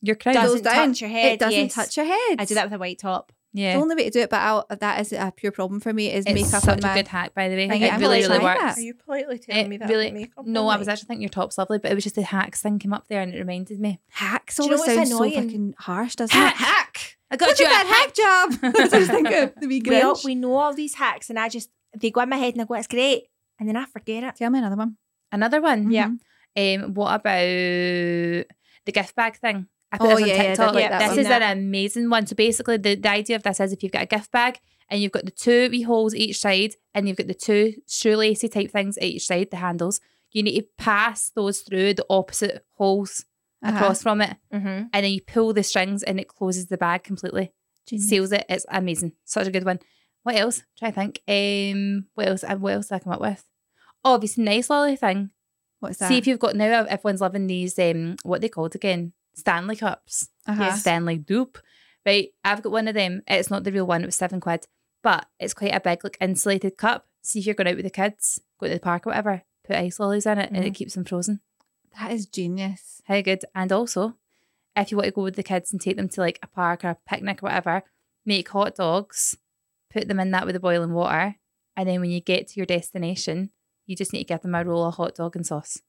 [SPEAKER 1] You're crying.
[SPEAKER 3] Does-
[SPEAKER 2] goes
[SPEAKER 3] Doesn't
[SPEAKER 2] down,
[SPEAKER 3] touch your head,
[SPEAKER 2] it doesn't
[SPEAKER 3] yes.
[SPEAKER 2] touch your head.
[SPEAKER 3] I do that with a white top.
[SPEAKER 1] yeah.
[SPEAKER 2] The only way to do it, but I'll, that is a pure problem for me is
[SPEAKER 1] it's
[SPEAKER 2] makeup
[SPEAKER 1] such
[SPEAKER 2] on
[SPEAKER 1] a
[SPEAKER 2] my.
[SPEAKER 1] good hack, by the way.
[SPEAKER 2] Thank
[SPEAKER 1] it
[SPEAKER 2] you. I'm
[SPEAKER 1] really,
[SPEAKER 2] gonna
[SPEAKER 1] really
[SPEAKER 2] try
[SPEAKER 1] works.
[SPEAKER 2] that. Are
[SPEAKER 3] you politely
[SPEAKER 1] It really, no, I was actually thinking your top's lovely, but it was just the hacks thing came up there and it reminded me.
[SPEAKER 2] Hacks
[SPEAKER 3] Do you know
[SPEAKER 2] always
[SPEAKER 3] what's
[SPEAKER 2] sounds so
[SPEAKER 3] annoying?
[SPEAKER 2] fucking harsh, doesn't
[SPEAKER 1] Hack,
[SPEAKER 2] it?
[SPEAKER 1] hack! I
[SPEAKER 2] Look
[SPEAKER 1] got
[SPEAKER 2] at
[SPEAKER 1] you a
[SPEAKER 2] that
[SPEAKER 1] hack.
[SPEAKER 2] hack job. That's what I was thinking. The wee
[SPEAKER 3] we, all,
[SPEAKER 2] Grinch.
[SPEAKER 3] we know all these hacks and I just they go in my head and I go, it's great. And then I forget it.
[SPEAKER 2] Tell me another one.
[SPEAKER 1] Another one.
[SPEAKER 3] Yeah.
[SPEAKER 2] Mhm.
[SPEAKER 1] Um, what about the gift bag thing? I put
[SPEAKER 2] Oh,
[SPEAKER 1] this on
[SPEAKER 2] yeah, yeah, I did
[SPEAKER 1] TikTok.
[SPEAKER 2] like that
[SPEAKER 1] this
[SPEAKER 2] one.
[SPEAKER 1] is an amazing one. So basically, the, the idea of this is if you've got a gift bag and you've got the two wee holes each side, and you've got the two shoelacey type things at each side, the handles, you need to pass those through the opposite holes
[SPEAKER 2] Uh-huh.
[SPEAKER 1] across from it.
[SPEAKER 3] Mm-hmm.
[SPEAKER 1] and then you pull the strings and it closes the bag completely. Seals it. It's amazing. Such a good one. What else? Try to think. Um, what else? And what else did I come up with? Oh, have you seen Nice Lolly thing?
[SPEAKER 2] What's that?
[SPEAKER 1] See if you've got now. Everyone's loving these. Um, what are they called again? Stanley cups.
[SPEAKER 2] uh-huh.
[SPEAKER 1] Yes. Stanley dupe. Right, I've got one of them. It's not the real one. It was seven quid, but it's quite a big, like insulated cup. See if you're going out with the kids, go to the park or whatever. Put ice lollies in it, and
[SPEAKER 2] Mm-hmm.
[SPEAKER 1] it keeps them frozen.
[SPEAKER 2] That is genius.
[SPEAKER 1] How good. And also, if you want to go with the kids and take them to like a park or a picnic or whatever, make hot dogs, put them in that with the boiling water, and then when you get to your destination, you just need to give them a roll of hot dog and sauce.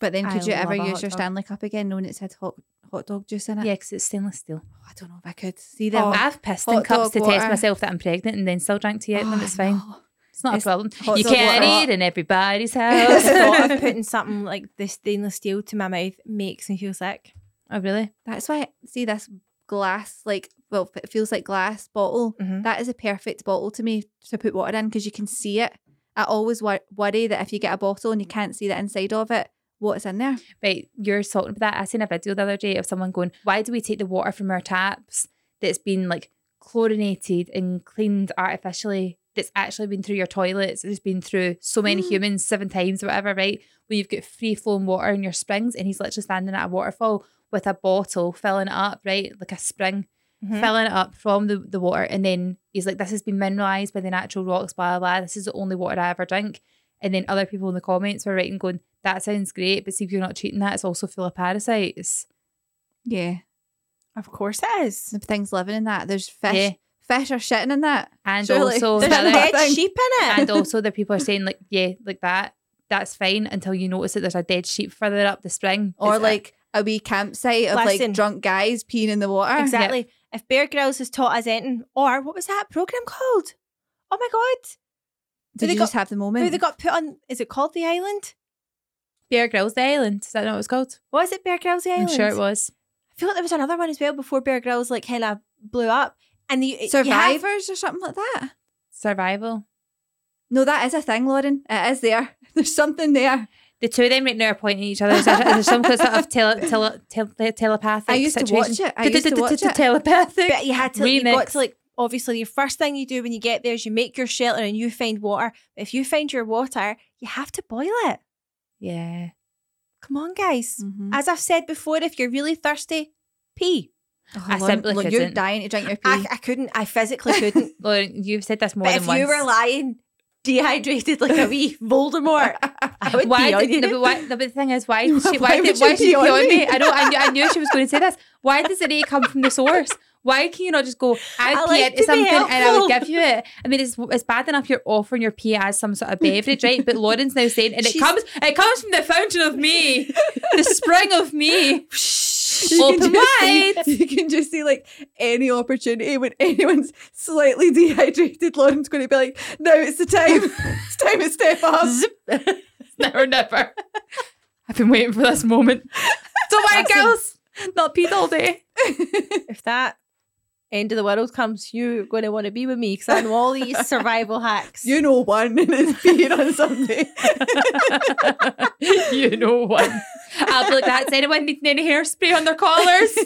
[SPEAKER 2] But then, could
[SPEAKER 1] I
[SPEAKER 2] you ever
[SPEAKER 1] love a
[SPEAKER 2] use
[SPEAKER 1] hot
[SPEAKER 2] your
[SPEAKER 1] dog.
[SPEAKER 2] Stanley cup again, knowing it's had hot hot dog juice in
[SPEAKER 1] Yeah,
[SPEAKER 2] it?
[SPEAKER 1] 'cause it's stainless steel.
[SPEAKER 2] Oh, I don't know if I could see them.
[SPEAKER 3] Oh,
[SPEAKER 1] I've pissed in
[SPEAKER 2] hot
[SPEAKER 1] cups
[SPEAKER 2] dog
[SPEAKER 1] to
[SPEAKER 2] water.
[SPEAKER 1] test myself that I'm pregnant and then still drank tea out of them.
[SPEAKER 2] Oh,
[SPEAKER 1] It's fine.
[SPEAKER 2] no.
[SPEAKER 1] It's not
[SPEAKER 2] It's
[SPEAKER 1] a problem.
[SPEAKER 2] hot
[SPEAKER 1] You
[SPEAKER 2] dog
[SPEAKER 1] can't
[SPEAKER 2] water. Oh,
[SPEAKER 1] eat in everybody's
[SPEAKER 3] The
[SPEAKER 1] house.
[SPEAKER 3] thought of putting something like this stainless steel to my mouth makes me feel sick.
[SPEAKER 1] oh, really?
[SPEAKER 2] That's why see this glass, like well, it feels like glass bottle.
[SPEAKER 3] Mhm.
[SPEAKER 2] That is a perfect bottle to me to put water in because you can see it. I always wor- worry that if you get a bottle and you can't see the inside of it, what's in there?
[SPEAKER 1] Right, you're talking about that. I seen a video the other day of someone going, "Why do we take the water from our taps that's been like chlorinated and cleaned artificially? That's actually been through your toilets. It's been through so many
[SPEAKER 2] Mm.
[SPEAKER 1] humans seven times or whatever, right? Where you've got free flowing water in your springs, and he's literally standing at a waterfall with a bottle filling it up, right, like a spring."
[SPEAKER 3] Mhm.
[SPEAKER 1] filling it up from the, the water. And then he's like, this has been mineralized by the natural rocks, blah, blah, blah. This is the only water I ever drink. And then other people in the comments were writing, going, that sounds great, but see if you're not treating that, it's also full of parasites.
[SPEAKER 2] Yeah,
[SPEAKER 3] Of course it is.
[SPEAKER 2] the things living in that. There's fish.
[SPEAKER 1] Yeah.
[SPEAKER 2] Fish are shitting in that.
[SPEAKER 1] And
[SPEAKER 2] Surely.
[SPEAKER 1] also,
[SPEAKER 2] There's
[SPEAKER 1] the
[SPEAKER 3] There's
[SPEAKER 2] Another
[SPEAKER 1] other,
[SPEAKER 2] bit-
[SPEAKER 3] dead
[SPEAKER 2] thing.
[SPEAKER 3] sheep in it.
[SPEAKER 1] and also the people are saying, like, yeah, like that, that's fine until you notice that there's a dead sheep further up the spring.
[SPEAKER 2] Or
[SPEAKER 1] It's-
[SPEAKER 2] like a wee campsite of
[SPEAKER 3] Listen.
[SPEAKER 2] like drunk guys peeing in the water.
[SPEAKER 3] Exactly. If Bear Grylls has taught us anything, or what was that program called? Oh my god!
[SPEAKER 2] Did
[SPEAKER 3] They
[SPEAKER 2] you
[SPEAKER 3] got-
[SPEAKER 2] just have the
[SPEAKER 3] Who
[SPEAKER 2] moment?
[SPEAKER 3] they got put on? Is it called the Island?
[SPEAKER 1] Bear Grylls the Island. Is that not what it's called?
[SPEAKER 3] Was it Bear Grylls the
[SPEAKER 1] I'm
[SPEAKER 3] Island?
[SPEAKER 1] sure it was.
[SPEAKER 3] I feel like there was another one as well before Bear Grylls like kind of blew up. And the
[SPEAKER 2] Survivors or something like that.
[SPEAKER 1] Survival.
[SPEAKER 2] No, that is a thing, Lauren. It is there. There's something there.
[SPEAKER 1] The two of them right now are pointing at each other. Is there, is there some sort of tele, tele, tele, telepathic
[SPEAKER 2] I used to
[SPEAKER 1] situation?
[SPEAKER 2] watch it. I used to watch it.
[SPEAKER 1] Telepathic.
[SPEAKER 3] But you had to. You got
[SPEAKER 1] Remix.
[SPEAKER 3] to like. Obviously, the first thing you do when you get there is you make your shelter and you find water. But if you find your water, you have to boil it.
[SPEAKER 1] Yeah.
[SPEAKER 3] Come on, guys.
[SPEAKER 2] Mhm.
[SPEAKER 3] As I've said before, if you're really thirsty, pee.
[SPEAKER 2] Oh,
[SPEAKER 1] I
[SPEAKER 2] Lauren,
[SPEAKER 1] simply
[SPEAKER 2] look, You're
[SPEAKER 1] couldn't.
[SPEAKER 2] dying to drink your pee.
[SPEAKER 3] I, I couldn't. I physically couldn't.
[SPEAKER 1] Lauren, you've said this more
[SPEAKER 3] But
[SPEAKER 1] than
[SPEAKER 3] if
[SPEAKER 1] once.
[SPEAKER 3] you were lying dehydrated like a wee Voldemort, I would
[SPEAKER 1] why
[SPEAKER 3] be on
[SPEAKER 1] did,
[SPEAKER 3] you.
[SPEAKER 1] no, but why, no, but the thing is, why did she,
[SPEAKER 2] Why
[SPEAKER 1] why,
[SPEAKER 2] would
[SPEAKER 1] did,
[SPEAKER 2] you
[SPEAKER 1] why did she
[SPEAKER 2] pee on
[SPEAKER 1] pee on
[SPEAKER 2] me?
[SPEAKER 1] me? I know, I knew, I knew she was going to say this. Why does it come from the source? Why can you not just go, I'd
[SPEAKER 3] I
[SPEAKER 1] pee
[SPEAKER 3] like
[SPEAKER 1] into
[SPEAKER 3] to be
[SPEAKER 1] something and I would
[SPEAKER 3] helpful.
[SPEAKER 1] give you it? I mean, it's, it's bad enough you're offering your pee as some sort of beverage, right? But Lauren's now saying, and it
[SPEAKER 3] She's-
[SPEAKER 1] comes it comes from the fountain of me, the spring of me.
[SPEAKER 2] You can
[SPEAKER 1] Open
[SPEAKER 2] just see-
[SPEAKER 1] wide.
[SPEAKER 2] you can just see like any opportunity when anyone's slightly dehydrated, Lauren's going to be like, now it's the time. it's time to step up.
[SPEAKER 1] Never, never. I've been waiting for this moment. Don't worry,
[SPEAKER 3] Listen.
[SPEAKER 1] girls. Not peed all day.
[SPEAKER 3] if that end of the world comes, you're going to want to be with me because I know all these survival hacks.
[SPEAKER 2] You know one and it's beer on Sunday.
[SPEAKER 1] you know what? I'll be like, that's anyone needing any hairspray on their collars.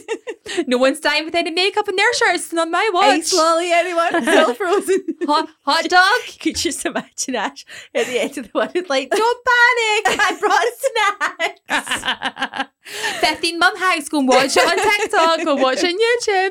[SPEAKER 1] No one's dying with any makeup on their shirts and on my watch.
[SPEAKER 2] Ice lolly, anyone? It's all frozen.
[SPEAKER 1] Hot, hot dog.
[SPEAKER 3] could just imagine Ash at the end of the world, like, don't panic, I brought snacks.
[SPEAKER 1] 15 mum hacks. Go and watch it on TikTok. Go watch it on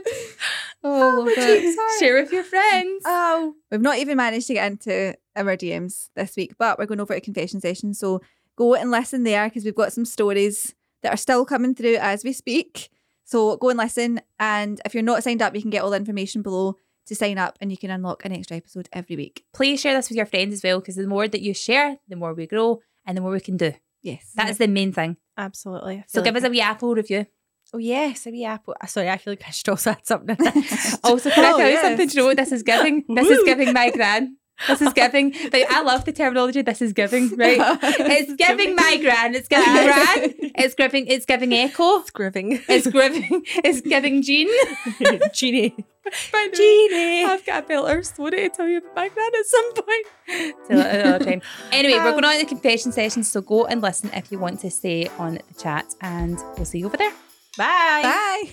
[SPEAKER 1] YouTube. Oh, love it. Uh,
[SPEAKER 2] cheeks hurt.
[SPEAKER 1] Share with your friends.
[SPEAKER 2] Oh. We've not even managed to get into our DMs this week, but we're going over to confession session. So go and listen there because we've got some stories that are still coming through as we speak. So go and listen. And if you're not signed up, you can get all the information below to sign up and you can unlock an extra episode every week.
[SPEAKER 1] Please share this with your friends as well because the more that you share, the more we grow and the more we can do.
[SPEAKER 2] Yes.
[SPEAKER 1] That is the main thing.
[SPEAKER 3] Absolutely. I
[SPEAKER 1] So
[SPEAKER 3] feel
[SPEAKER 1] give
[SPEAKER 3] like-
[SPEAKER 1] us a wee Apple review.
[SPEAKER 3] Oh, yes, a wee apple. Ah, Sorry, I feel like I should also add something. in there.
[SPEAKER 1] Also, can I
[SPEAKER 2] Oh,
[SPEAKER 1] tell
[SPEAKER 2] yes.
[SPEAKER 1] you something? Do you know what this is giving? This is
[SPEAKER 3] Woo.
[SPEAKER 1] giving my gran. This is giving. Like, I love the terminology. This is giving, right? It's giving my gran. It's giving gran. It's giving. It's giving echo.
[SPEAKER 3] Scriving.
[SPEAKER 1] It's giving. It's giving Jean.
[SPEAKER 3] Genie.
[SPEAKER 1] By the way,
[SPEAKER 3] Genie.
[SPEAKER 1] I've got a better story to tell you about my gran at some point. Till another time. Anyway, we're going on to the confession session, so go and listen if you want to stay on the chat, and we'll see you over there.
[SPEAKER 2] Bye.